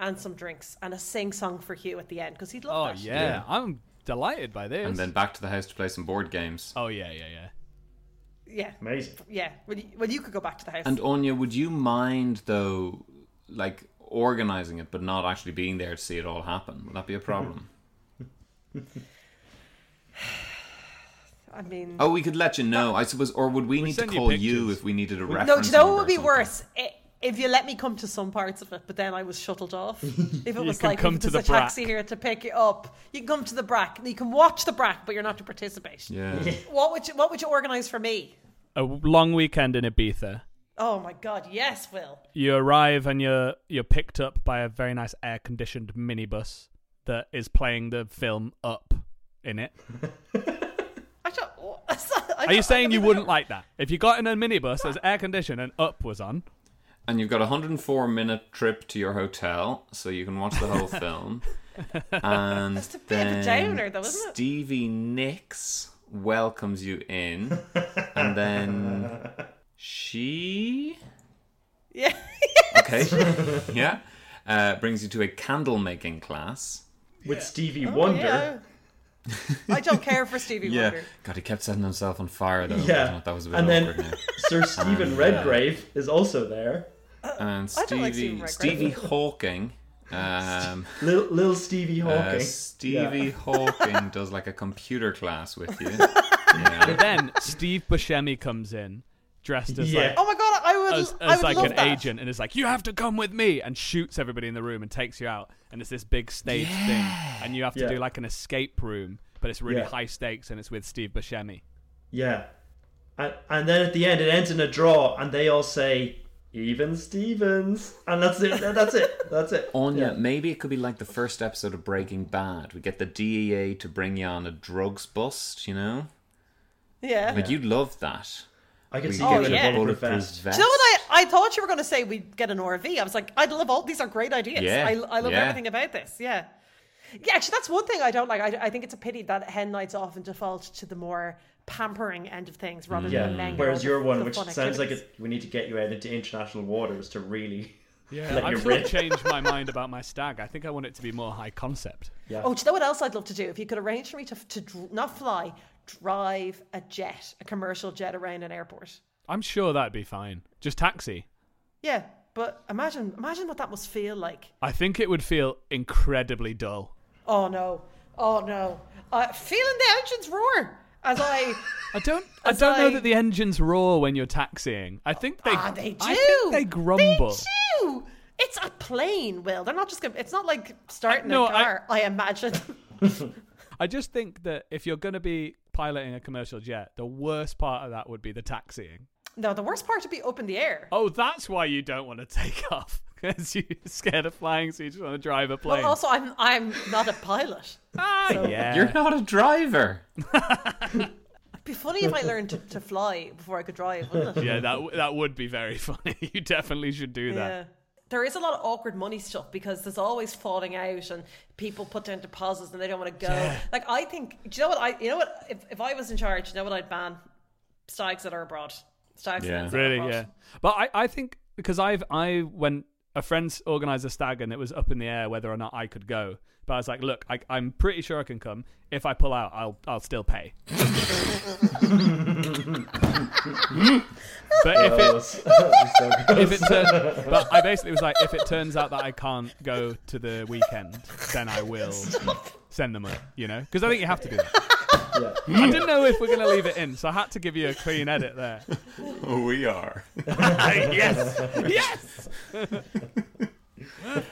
B: and some drinks and a sing song for Hugh at the end because he'd
A: Oh
B: love that.
A: yeah. I'm delighted by this.
C: And then back to the house to play some board games.
A: oh yeah, yeah, yeah.
B: Yeah.
D: Amazing.
B: Yeah. Well you, well, you could go back to the house.
C: And Anya, would you mind though, like organizing it but not actually being there to see it all happen? Would that be a problem?
B: I mean,
C: oh, we could let you know, I suppose. Or would we, need to
A: send you
C: call you
A: pictures.
C: if we needed a reference?
B: no, do you know
C: number
B: what would
C: or
B: be
C: something?
B: worse? I if you let me come to some parts of it, but then I was shuttled off. If it was
A: can
B: like
A: come
B: if
A: to
B: there's a
A: the
B: taxi
A: brack.
B: here to pick you up, you can come to the brack. You can watch the brack, but you're not to participate.
C: Yeah.
B: What would you What would you organise for me?
A: A w- long weekend in Ibiza.
B: Oh my God! Yes, Will.
A: You arrive and you're you're picked up by a very nice air conditioned minibus that is playing the film up in it.
B: I don't, I
A: Are you saying you wouldn't like that? If you got in a minibus that's air conditioned and up was on,
C: And you've got a 104 minute trip to your hotel, so you can watch the whole film. And That's
B: a bit of a downer though, isn't it?
C: Stevie Nicks welcomes you in, and then she.
B: Yeah.
C: Okay. yeah. Uh, brings you to a candle making class.
D: With Stevie Wonder.
B: Yeah. I don't care for Stevie Wonder.
C: God, he kept setting himself on fire though.
D: Yeah.
C: I thought That was a bit
D: and
C: awkward.
D: then
C: now.
D: Sir Stephen
C: Um,
D: Redgrave is also there.
C: And
B: I don't like
C: Stevie,
B: Stephen Wright,
C: Stevie
B: right?
C: Hawking. Um,
D: Little, little Stevie
C: uh,
D: Hawking.
C: Stevie
D: Yeah.
C: Hawking does like a computer class with you. Yeah.
A: then Steve Buscemi comes in dressed as
D: Yeah.
A: like
B: Oh my God! I would.
A: as,
B: I
A: as
B: would
A: like
B: love
A: an
B: that.
A: agent and is like, you have to come with me, and shoots everybody in the room and takes you out. And it's this big stage thing, and you have to
D: Yeah.
A: do like an escape room, but it's really
D: Yeah.
A: high stakes and it's with Steve Buscemi.
D: Yeah. And, and then at the end, it ends in a draw, and they all say, even Stevens. And that's it. That's it. That's it. Yeah.
C: Anya, maybe it could be like the first episode of Breaking Bad. We get the DEA to bring you on a drugs bust, you know?
B: Yeah.
C: Like, you'd love that.
D: I can
C: We
D: see
C: get
B: Oh,
D: you in
B: yeah.
D: a bulletproof vest.
B: Do you know what I, I thought you were going to say we'd get an RV. I was like, I love all these are great ideas.
C: Yeah,
B: I, I love
C: yeah.
B: everything about this. Yeah. Yeah, actually, that's one thing I don't like. I, I think it's a pity that hen nights often default to the more pampering end of things rather
D: Yeah.
B: than the men.
D: Whereas
B: the-
D: your one,
B: the
D: which
B: fun
D: sounds like
B: activities.
D: it, we need to get you out into international waters to really.
A: Yeah,
D: Let
A: I've
D: your
A: sort of
D: rich-
A: changed my mind about my stag. I think I want it to be more high concept.
D: Yeah.
B: Oh, do you know what else I'd love to do? If you could arrange for me to, to dr- not fly, drive a jet, a commercial jet around an airport.
A: I'm sure that'd be fine. Just taxi.
B: Yeah, but imagine imagine what that must feel like.
A: I think it would feel incredibly dull.
B: Oh no, oh no, uh, feeling the engines roar as I.
A: I don't. I
B: As
A: don't know
B: I-
A: that the engines roar when you're taxiing. I think they.
B: ah, they do.
A: I think they grumble.
B: They do. It's a plane, Will. They're not just gonna. It's not like starting
A: no,
B: a
A: I-
B: car. I, imagine.
A: I just think that if you're going to be piloting a commercial jet, the worst part of that would be the taxiing.
B: no, the worst part would be up in the air.
A: Oh, that's why you don't want to take off because you're scared of flying, so you just want to drive a plane.
B: Well, also, I'm I'm not a pilot.
A: ah, yeah.
C: You're not a driver.
B: It'd be funny if I learned to, to fly before I could drive, wouldn't it?
A: yeah, that w- that would be very funny. you definitely should do that.
B: Yeah. There is a lot of awkward money stuff because there's always falling out and people put down deposits and they don't want to go. Like I think, do you know what I? You know what? If, if I was in charge, you know what I'd ban? Stags that are abroad. Stags.
C: Yeah.
B: that are
A: Really,
B: abroad.
A: yeah. But I, I think because I've I when a friend's organised a stag and it was up in the air whether or not I could go. But I was like, look, I, I'm pretty sure I can come. If I pull out, I'll I'll still pay. but if
D: That
A: it
D: was- that was so good.
A: if it turn, but I basically was like, if it turns out that I can't go to the weekend, then I will send them up. You know, because I think you have to do that.
D: Yeah.
A: I didn't know if we're gonna leave it in, so I had to give you a clean edit there.
C: Oh, we are.
A: yes, yes.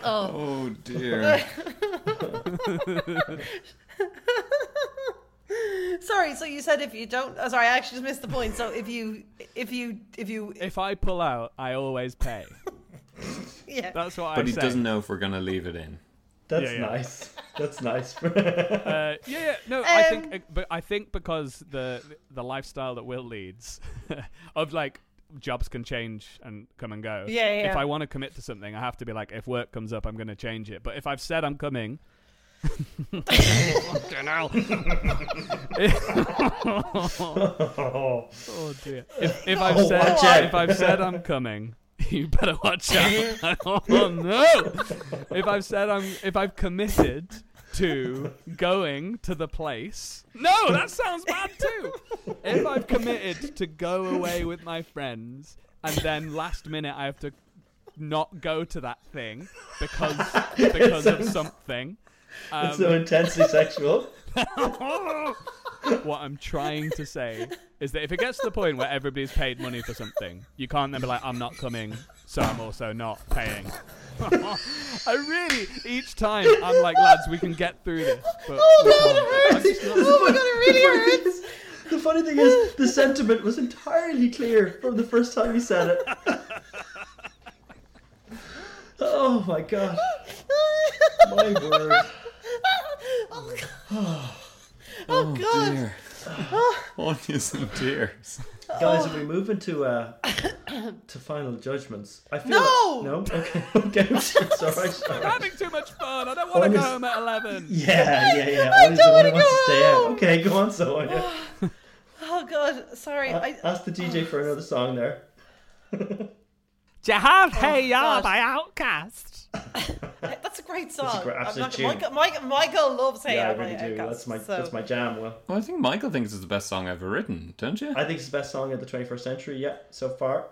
C: Oh, dear.
B: Sorry, so you said if you don't oh, sorry, I actually just missed the point. So if you if you if you
A: if I pull out, I always pay.
B: yeah.
A: That's what
C: But
A: I
C: he
A: say.
C: doesn't know if we're going to leave it in.
D: That's
A: Yeah, yeah.
D: nice. That's nice.
A: Uh, yeah, yeah, no, I think,
B: Um,
A: uh, but I think because the the lifestyle that Will leads, of like jobs can change and come and go.
B: Yeah, yeah,
A: If
B: yeah.
A: I want to commit to something, I have to be like, if work comes up, I'm going to change it. But if I've said I'm coming, Fucking hell. oh
D: oh,
A: dear. If, if I've
D: Oh,
A: said Oh,
D: watch out.
A: if I've said I'm coming, you better watch out. oh no! If I've said I'm, if I've committed to going to the place, no, that sounds bad too. If I've committed to go away with my friends, and then last minute I have to not go to that thing because because of
D: sounds-
A: something. um,
D: It's so intensely sexual.
A: what I'm trying to say is that if it gets to the point where everybody's paid money for something, you can't then be like, I'm not coming, so I'm also not paying. I really, each time, I'm like, lads, we can get through this. But
B: Oh,
A: we
B: no,
A: can't."
B: it hurts. Oh my god, it really hurts.
D: The funny thing is, the sentiment was entirely clear from the first time he said it. Oh my god. My word.
B: oh god. Oh, god.
C: Dear. Onions and tears.
D: Guys, are we moving to uh to final judgments? I feel
B: No!
D: no? Okay, okay. It's alright,
A: I'm
D: sorry.
A: having too much fun. I don't want to
D: Honest-
A: go home at 11.
D: Yeah, yeah, yeah.
B: I
D: Ollie's
B: don't
D: the one who
B: wanna
D: wants to
B: go
D: stay out.
B: home.
D: Okay, go on, Sonia.
B: Oh god. Sorry.
D: Uh,
B: I,
D: Ask the DJ for another song there.
A: Jihad, hey,
B: ya God.
A: by Outcast.
B: I- that's a great song.
D: great-
B: I'm
D: absolute
B: not-
D: tune.
B: Michael, Michael, Michael loves Hey
D: Yeah, I
B: Ya by
D: really do.
B: Outkast,
D: That's my
B: so-
D: that's my jam. Well,
C: Well, I think Michael thinks it's the best song ever written, don't you?
D: I think it's the best song of the 21st century. Yeah, so far.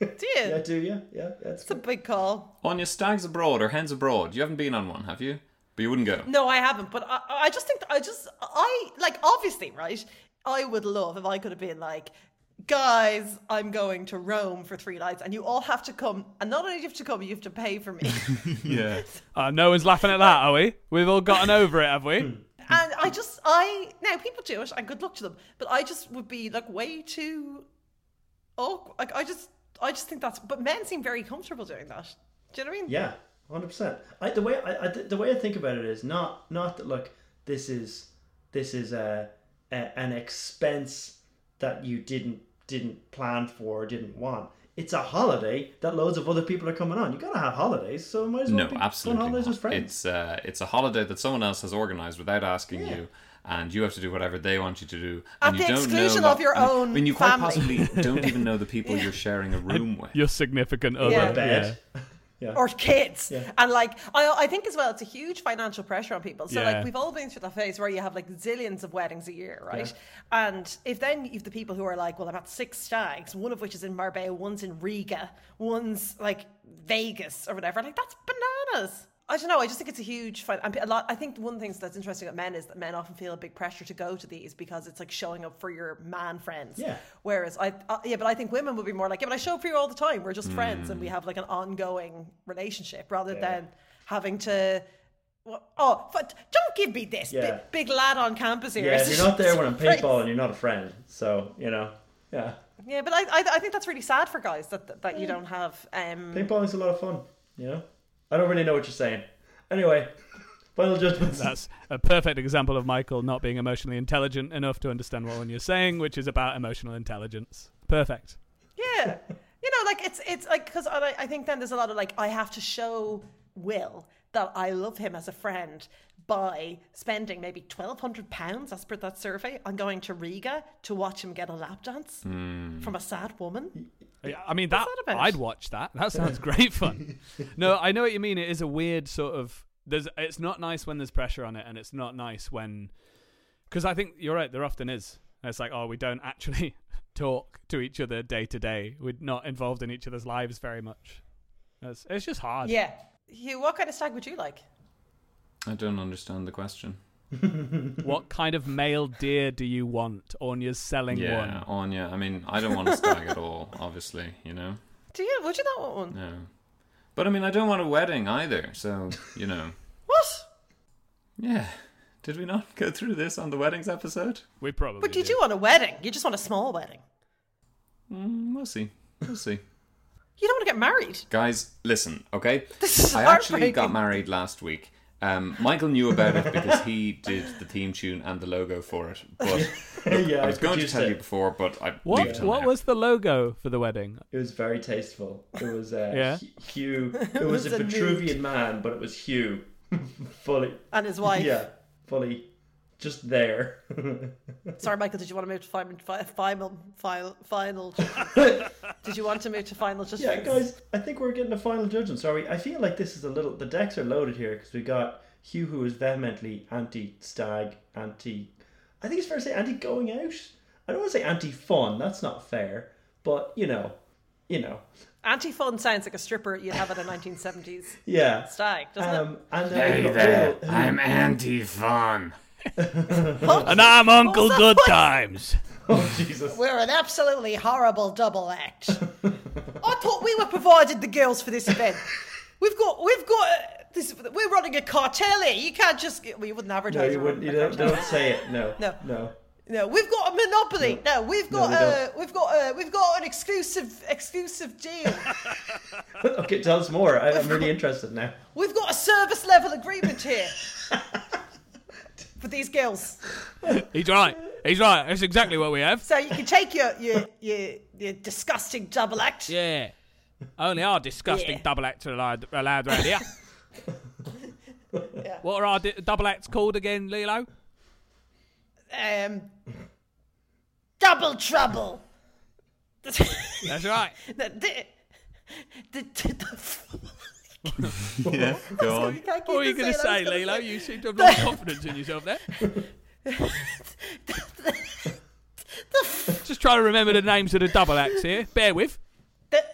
B: Do you?
D: Yeah, I do you? Yeah, yeah. It's
B: It's a big call.
C: On your stags abroad or hens abroad. You haven't been on one, have you? But you wouldn't go.
B: No, I haven't. But I, I just think I just I like obviously right. I would love if I could have been like, guys, I'm going to Rome for three nights, and you all have to come. And not only do you have to come, you have to pay for me.
C: Yeah.
A: Uh, no one's laughing at that, are we? We've all gotten over it, have we?
B: and I just I now people do it, and good luck to them. But I just would be like way too awkward. Like I just I just think that's. But men seem very comfortable doing that. Do you know what I mean?
D: Yeah, hundred percent. I the way I, I the way I think about it is not not that look this is this is a, a an expense that you didn't didn't plan for or didn't want. It's a holiday that loads of other people are coming on. You gotta have holidays, so might as well
C: No,
D: be
C: absolutely.
D: on holidays
C: not.
D: with friends.
C: It's uh, it's a holiday that someone else has organised without asking you, and you have to do whatever they want you to do,
B: At
C: and
B: the
C: you don't
B: exclusion
C: know
B: of your
C: and-
B: own
C: I mean, you quite
B: family.
C: possibly don't even know the people you're sharing a room with.
A: Your significant other.
B: Yeah.
D: Bed.
B: or kids
D: Yeah.
B: and like I, I think as well it's a huge financial pressure on people so
A: Yeah.
B: like we've all been through that phase where you have like zillions of weddings a year right and if then you've the people who are like well i've had six stags one of which is in marbella one's in riga one's like vegas or whatever like that's bananas I don't know. I just think it's a huge fun. and A lot. I think one thing that's interesting about men is that men often feel a big pressure to go to these because it's like showing up for your man friends.
D: Yeah.
B: Whereas I, uh, yeah, but I think women would be more like, yeah, but I show up for you all the time. We're just friends and we have like an ongoing relationship rather than having to. Well, oh, but don't give me this
D: Yeah.
B: big, big lad on campus here.
D: Yeah, if you're not there when I'm
B: Friends.
D: paintballing, you're not a friend. So you know, yeah,
B: Yeah, but I, I, I think that's really sad for guys that
D: Mm.
B: that you don't have. Um,
D: paintballing's a lot of fun. You know, I don't really know what you're saying. Anyway, final judgments.
A: That's a perfect example of Michael not being emotionally intelligent enough to understand what you're saying, which is about emotional intelligence. Perfect.
B: yeah, you know, like it's it's like because I, I think then there's a lot of like I have to show Will that I love him as a friend by spending maybe twelve hundred pounds as per that survey on going to Riga to watch him get a lap dance
D: Hmm.
B: from a sad woman.
A: Yeah, I mean that,
B: What's that about?
A: I'd watch that. That sounds great fun. no, I know what you mean. It is a weird sort of there's it's not nice when there's pressure on it and it's not nice when cuz I think you're right, there often is. And It's like, oh, we don't actually talk to each other day to day. We're not involved in each other's lives very much. It's, it's just hard.
B: Yeah, Hugh, what kind of stag would you like?
C: I don't understand the question.
A: What kind of male deer do you want? Anya's selling one.
C: Yeah, Anya. I mean, I don't want to stag at all. Obviously, you know.
B: Do you? Would you not want one?
C: No. But I mean, I don't want a wedding either. So you know.
B: What?
C: Yeah. Did we not go through this on the weddings episode?
A: We probably.
B: But you
A: do.
B: do want a wedding. You just want a small wedding.
C: Mm, we'll see. We'll see.
B: You don't want to get married.
C: Guys, listen, okay?
B: This is
C: I actually
B: heartbreaking.
C: got married last week. Um, Michael knew about it because he did the theme tune and the logo for it. But
D: yeah,
C: I was going to
D: produced
C: tell
D: it.
C: you before, but I leave it
A: What
C: on
A: what
C: there.
A: was the logo for the wedding?
D: It was very tasteful. It was uh,
A: Yeah.
D: Hu- Hugh. It was,
B: was
D: a
B: a nude.
D: Vitruvian man, but it was Hugh, fully,
B: And his wife.
D: yeah, fully just there.
B: Sorry, Michael. Did you want to move to final, fi- final, final, final? did you want to move to final? Just
D: yeah, guys, I think we're getting a final judgment. Sorry, I feel like this is a little. The decks are loaded here because we got Hugh, who is vehemently anti-stag, anti. I think it's fair to say anti-going out. I don't want to say anti-fun. That's not fair, but you know, you know,
B: Anti-fun sounds like a stripper you'd have at a 1970s
D: yeah.
B: stag, doesn't
D: Um, and then
F: Hey
D: we've got
F: there,
D: Will, who-
F: I'm anti fun.
A: And I'm Uncle Good Times.
D: Oh Jesus!
B: it? We're an absolutely horrible double act. I thought we were provided the girls for this event. We've got, we've got uh, this. We're running a cartel here. You can't just. Well, you wouldn't
D: No,
B: advertise.
D: you
B: it,
D: wouldn't. You
B: a
D: don't,
B: cartel.
D: don't say it. No.
B: No.
D: No.
B: No, we've got a monopoly. No, we've got
D: we
B: uh,
D: don't.
B: we've got uh, we've got an exclusive exclusive deal.
D: okay, tell us more. I, I'm really interested now.
B: we've got a service level agreement here for these girls.
A: He's right. He's right. That's exactly what we have.
B: So you can take your your your, your disgusting double act.
A: Yeah. Only our disgusting
B: Yeah.
A: double acts are allowed, allowed around here. What are our di- double acts called again, Lilo?
B: Um, double trouble.
A: That's right.
B: The- the- the- the- the-
C: yeah, go on.
B: You can't keep
A: What were you going
B: this
A: to
B: in, I
A: say,
B: was gonna
A: Lilo? You seem to have lost confidence in yourself there. Just trying to remember the names of the double acts here. Bear with.
B: The-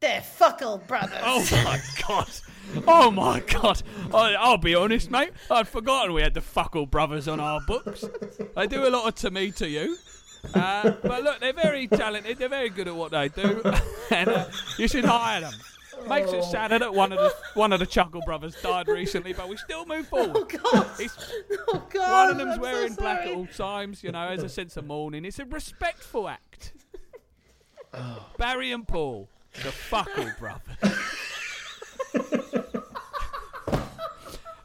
B: They're fuckle brothers.
A: Oh my god. Oh my god. I, I'll be honest, mate. I'd forgotten we had the Fuckle brothers on our books. They do a lot of to me to you. Uh, but look, they're very talented. They're very good at what they do, and uh, you should hire them. Makes it sadder that one of the one of the Chuckle brothers died recently, but we still move forward.
B: Oh god!
A: It's-
B: Oh god!
A: one of them's
B: I'm so
A: wearing black at
B: sorry.
A: all times, you know, as a sense of mourning. It's a respectful act. Barry and Paul, the fuckle brothers.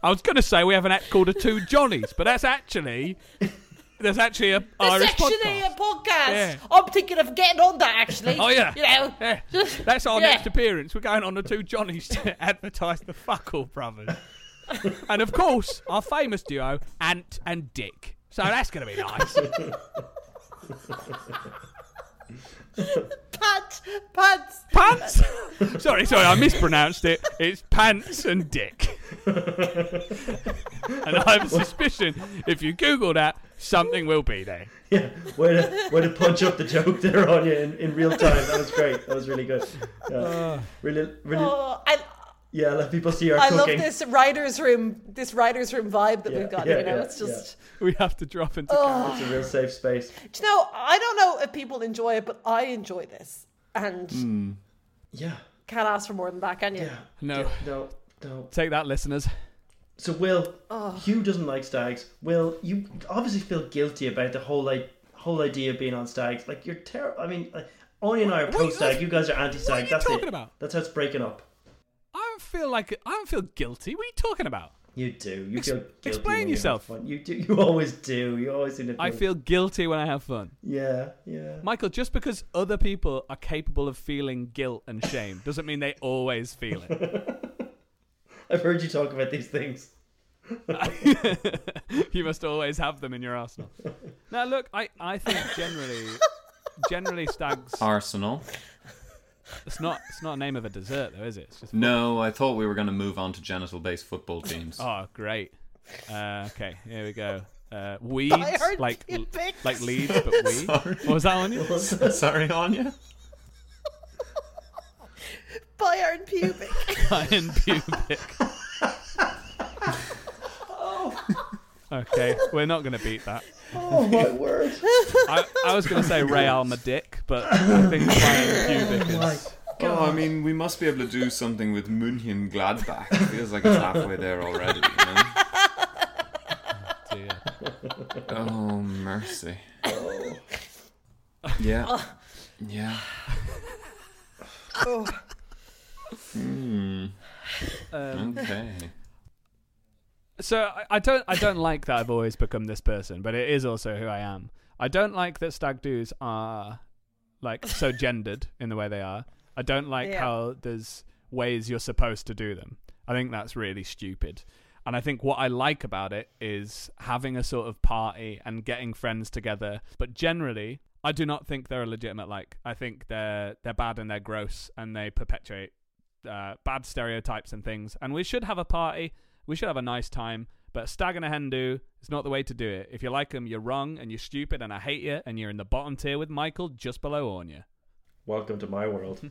A: I was going to say we have an act called the Two Johnnies, but that's actually there's actually a
B: There's
A: Irish
B: actually
A: podcast.
B: a podcast.
A: Yeah.
B: I'm thinking of getting on that actually.
A: Oh yeah,
B: You know.
A: yeah. that's our
B: Yeah.
A: next appearance. We're going on the Two Johnnies to advertise the Fuckle Brothers, and of course our famous duo Ant and Dick. So that's going to be nice.
B: Pants, pants.
A: pants. sorry, sorry, I mispronounced it. It's pants and dick. and I have a suspicion if you Google that, something will be there.
D: Yeah, way to, way to punch up the joke there on you in, in real time. That was great. That was really good. Yeah. Really, really.
B: Oh, I,
D: Yeah, let people see our
B: I love
D: cooking.
B: this writers' room, this writers' room vibe that
D: Yeah,
B: we've got.
D: yeah,
B: you know,
D: yeah,
B: it's just.
A: We have to drop into.
D: It's a real safe space.
B: Do you know? I don't know if people enjoy it, but I enjoy this, and
A: Hmm.
D: Yeah,
B: can't ask for more than that, can you?
D: yeah.
A: No.
D: No, no.
A: Take that, listeners.
D: So Will,
A: Oh.
D: Hugh doesn't like stags. Will, you obviously feel guilty about the whole like whole idea of being on stags. Like you're terrible. I mean, like, Oni and I are
A: What- what-
D: pro stag. You guys are anti
A: what are
D: stag.
A: you
D: That's
A: talking
D: it.
A: about?
D: That's how it's breaking up.
A: I don't feel like I don't feel guilty. What are you talking about?
D: You do. You
A: Ex-
D: feel guilty.
A: explain
D: when you have
A: yourself.
D: fun. You do. You always do. You always seem to.
A: I feel guilty when I have fun.
D: Yeah, yeah.
A: Michael, just because other people are capable of feeling guilt and shame doesn't mean they always feel it.
D: I've heard you talk about these things.
A: you must always have them in your arsenal. Now, look, I, I think generally, generally stags.
C: Arsenal.
A: It's not it's not a name of a dessert though, is it? It's just
C: No, I thought we were going to move on to genital-based football teams.
A: oh great. Uh, okay, here we go. Uh, weeds
B: I heard
A: like
B: you picked-
A: like leaves, but weeds. What was that on you?
C: Sorry, Anya.
B: Bayern pubic.
A: Iron pubic. Oh. Okay, we're not gonna beat that.
D: Oh my word!
A: I, I was gonna say Real Madrid, but I think Bayern pubic is.
C: Oh, I mean, we must be able to do something with München Gladbach. It feels like it's halfway there already. You know?
A: dear. Oh.
C: Oh mercy. Yeah. Yeah.
B: oh,
A: um,
C: Okay.
A: So I, I don't I don't like that I've always become this person, but it is also who I am. I don't like that stag do's are like so gendered in the way they are. I don't like
B: Yeah.
A: how there's ways you're supposed to do them. I think that's really stupid. And I think what I like about it is having a sort of party and getting friends together. But generally, I do not think they're a legitimate like. I think they're they're bad and they're gross and they perpetuate uh, bad stereotypes and things. And we should have a party. We should have a nice time. But stag and a hen do is not the way to do it. If you like them, you're wrong and you're stupid and I hate you and you're in the bottom tier with Michael just below Ornya.
D: Welcome to my world.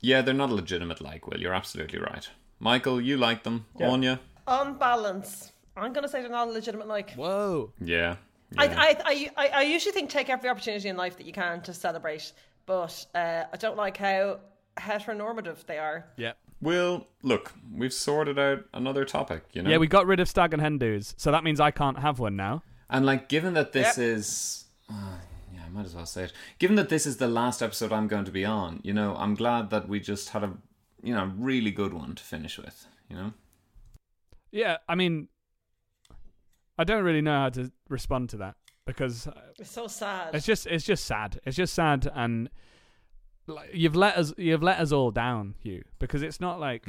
C: Yeah, they're not a legitimate like, Will. You're absolutely right. Michael, you like them.
B: Yeah.
C: Anya?
B: On balance, I'm going to say they're not a legitimate like.
A: Whoa.
C: Yeah.
B: I, I, I, I usually think take every opportunity in life that you can to celebrate, but uh, I don't like how heteronormative they are.
A: Yep.
C: Will, look, we've sorted out another topic, you know?
A: Yeah, we got rid of stag and hen do's, so that means I can't have one now.
C: And like, given that this is, uh, yeah, I might as well say it. Given that this is the last episode I'm going to be on, you know, I'm glad that we just had a, you know, really good one to finish with. You know,
A: Yeah, I mean, I don't really know how to respond to that because uh,
B: It's so sad.
A: it's just it's just sad. It's just sad, and like, you've let us you've let us all down, Hugh, because it's not like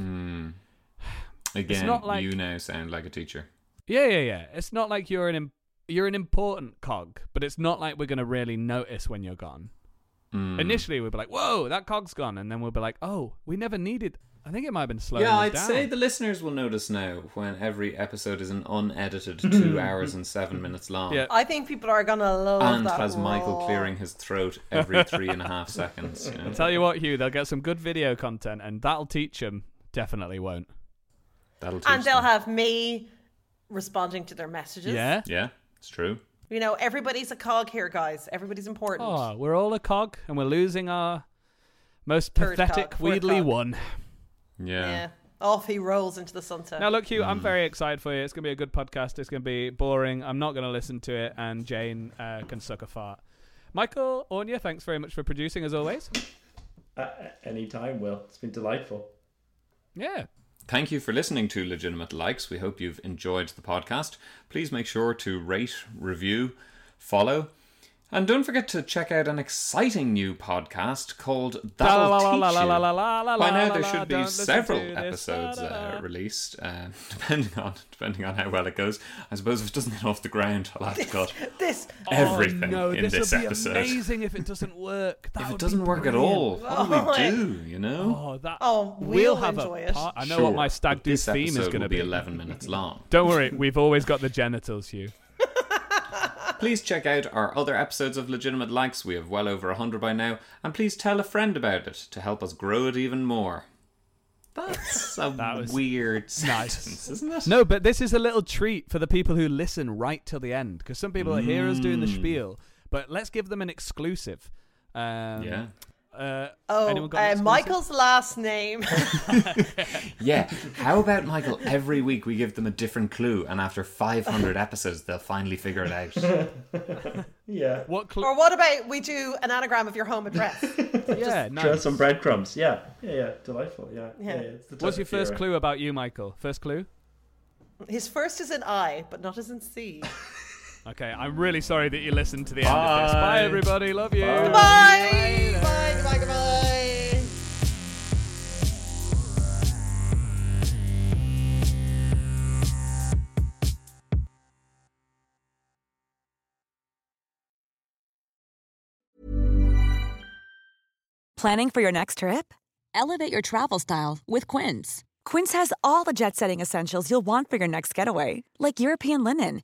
C: again,
A: not like-
C: you now sound like a teacher.
A: yeah yeah yeah. It's not like you're an im- you're an important cog, but it's not like we're gonna really notice when you're gone.
B: Hmm.
C: Mm.
A: Initially, we'll be like, "Whoa, that cog's gone," and then we'll be like, "Oh, we never needed." I think it might have been slowing
C: yeah,
A: us
C: I'd
A: down.
C: say the listeners will notice now when every episode is an unedited two hours and seven minutes long.
A: Yeah.
B: I think people are going to love
C: And
B: that.
C: has Michael
B: raw-
C: clearing his throat every three and a half seconds. You know?
A: I'll tell you what, Hugh, they'll get some good video content, and that'll teach them. Definitely won't.
C: That'll teach
B: And they'll
C: them.
B: have me responding to their messages.
A: Yeah.
C: Yeah, it's true.
B: You know, everybody's a cog here, guys. Everybody's important.
A: Oh, we're all a cog, and we're losing our most
B: Third cog,
A: pathetic,
B: fourth
A: weedly
B: cog.
A: one.
C: Yeah.
B: Yeah. Off he rolls into the sunset.
A: Now, look, Hugh, I'm
C: Mm.
A: very excited for you. It's going to be a good podcast. It's going to be boring. I'm not going to listen to it, and Jane uh, can suck a fart. Michael, Ornya, thanks very much for producing, as always.
D: uh, anytime, Will. It's been delightful.
A: Yeah.
C: Thank you for listening to Legitimate Likes. We hope you've enjoyed the podcast. Please make sure to rate, review, follow, and don't forget to check out an exciting new podcast called
A: La la
C: That'll
A: la
C: Teach
A: la
C: You.
A: la la la la la
C: By
A: la
C: now
A: la
C: there
A: la,
C: should
A: don't
C: be
A: listen
C: several
A: to this,
C: episodes
A: la, la,
C: uh,
A: la.
C: released, uh, depending on depending on how well it goes. I suppose if it doesn't get off the ground, I'll have to cut
B: This
C: everything
A: oh, no,
C: in this,
A: will be
C: episode.
A: amazing if it doesn't work. That
C: If
A: would
C: it
A: be
C: doesn't work at
A: brilliant.
C: all, what do we do? You know.
A: Oh, that.
B: Oh, we'll
A: have
B: enjoy
A: a
B: it.
A: part- I know
C: Sure,
A: what my stag
C: but
A: do
C: this
A: theme is
C: episode
A: going
C: will
A: to
C: be
A: be.
C: 11 minutes long.
A: Don't worry, we've always got the genitals, Hugh.
C: Please check out our other episodes of Legitimate Likes. We have well over 100 by now. And please tell a friend about it to help us grow it even more. That's a
A: That was
C: weird
A: nice.
C: sentence, isn't it?
A: No, but this is a little treat for the people who listen right till the end, because some people hear us doing the spiel. But let's give them an exclusive. Um,
C: Yeah.
A: Uh,
B: Oh,
A: anyone got an
B: uh,
A: exclusive?
B: Michael's last name.
C: Yeah. How about, Michael, every week we give them a different clue, and after 500 episodes, they'll finally figure it out.
D: Yeah.
A: What? Cl-
B: or what about we do an anagram of your home address?
A: yeah,
D: Trail
A: nice.
D: some breadcrumbs. Yeah. Yeah, yeah. Delightful. Yeah. Yeah. yeah. It's the
A: What's
D: type
A: your
D: of
A: first
D: era.
A: clue about you, Michael? First clue?
B: His first is in I, but not as in C.
A: Okay, I'm really sorry that you listened to the end of this. Bye,
C: Bye.
A: everybody. Love you.
B: Bye. Bye. Bye. Bye. Bye.
G: Planning for your next trip? Elevate your travel style with Quince. Quince has all the jet setting essentials you'll want for your next getaway, like European linen,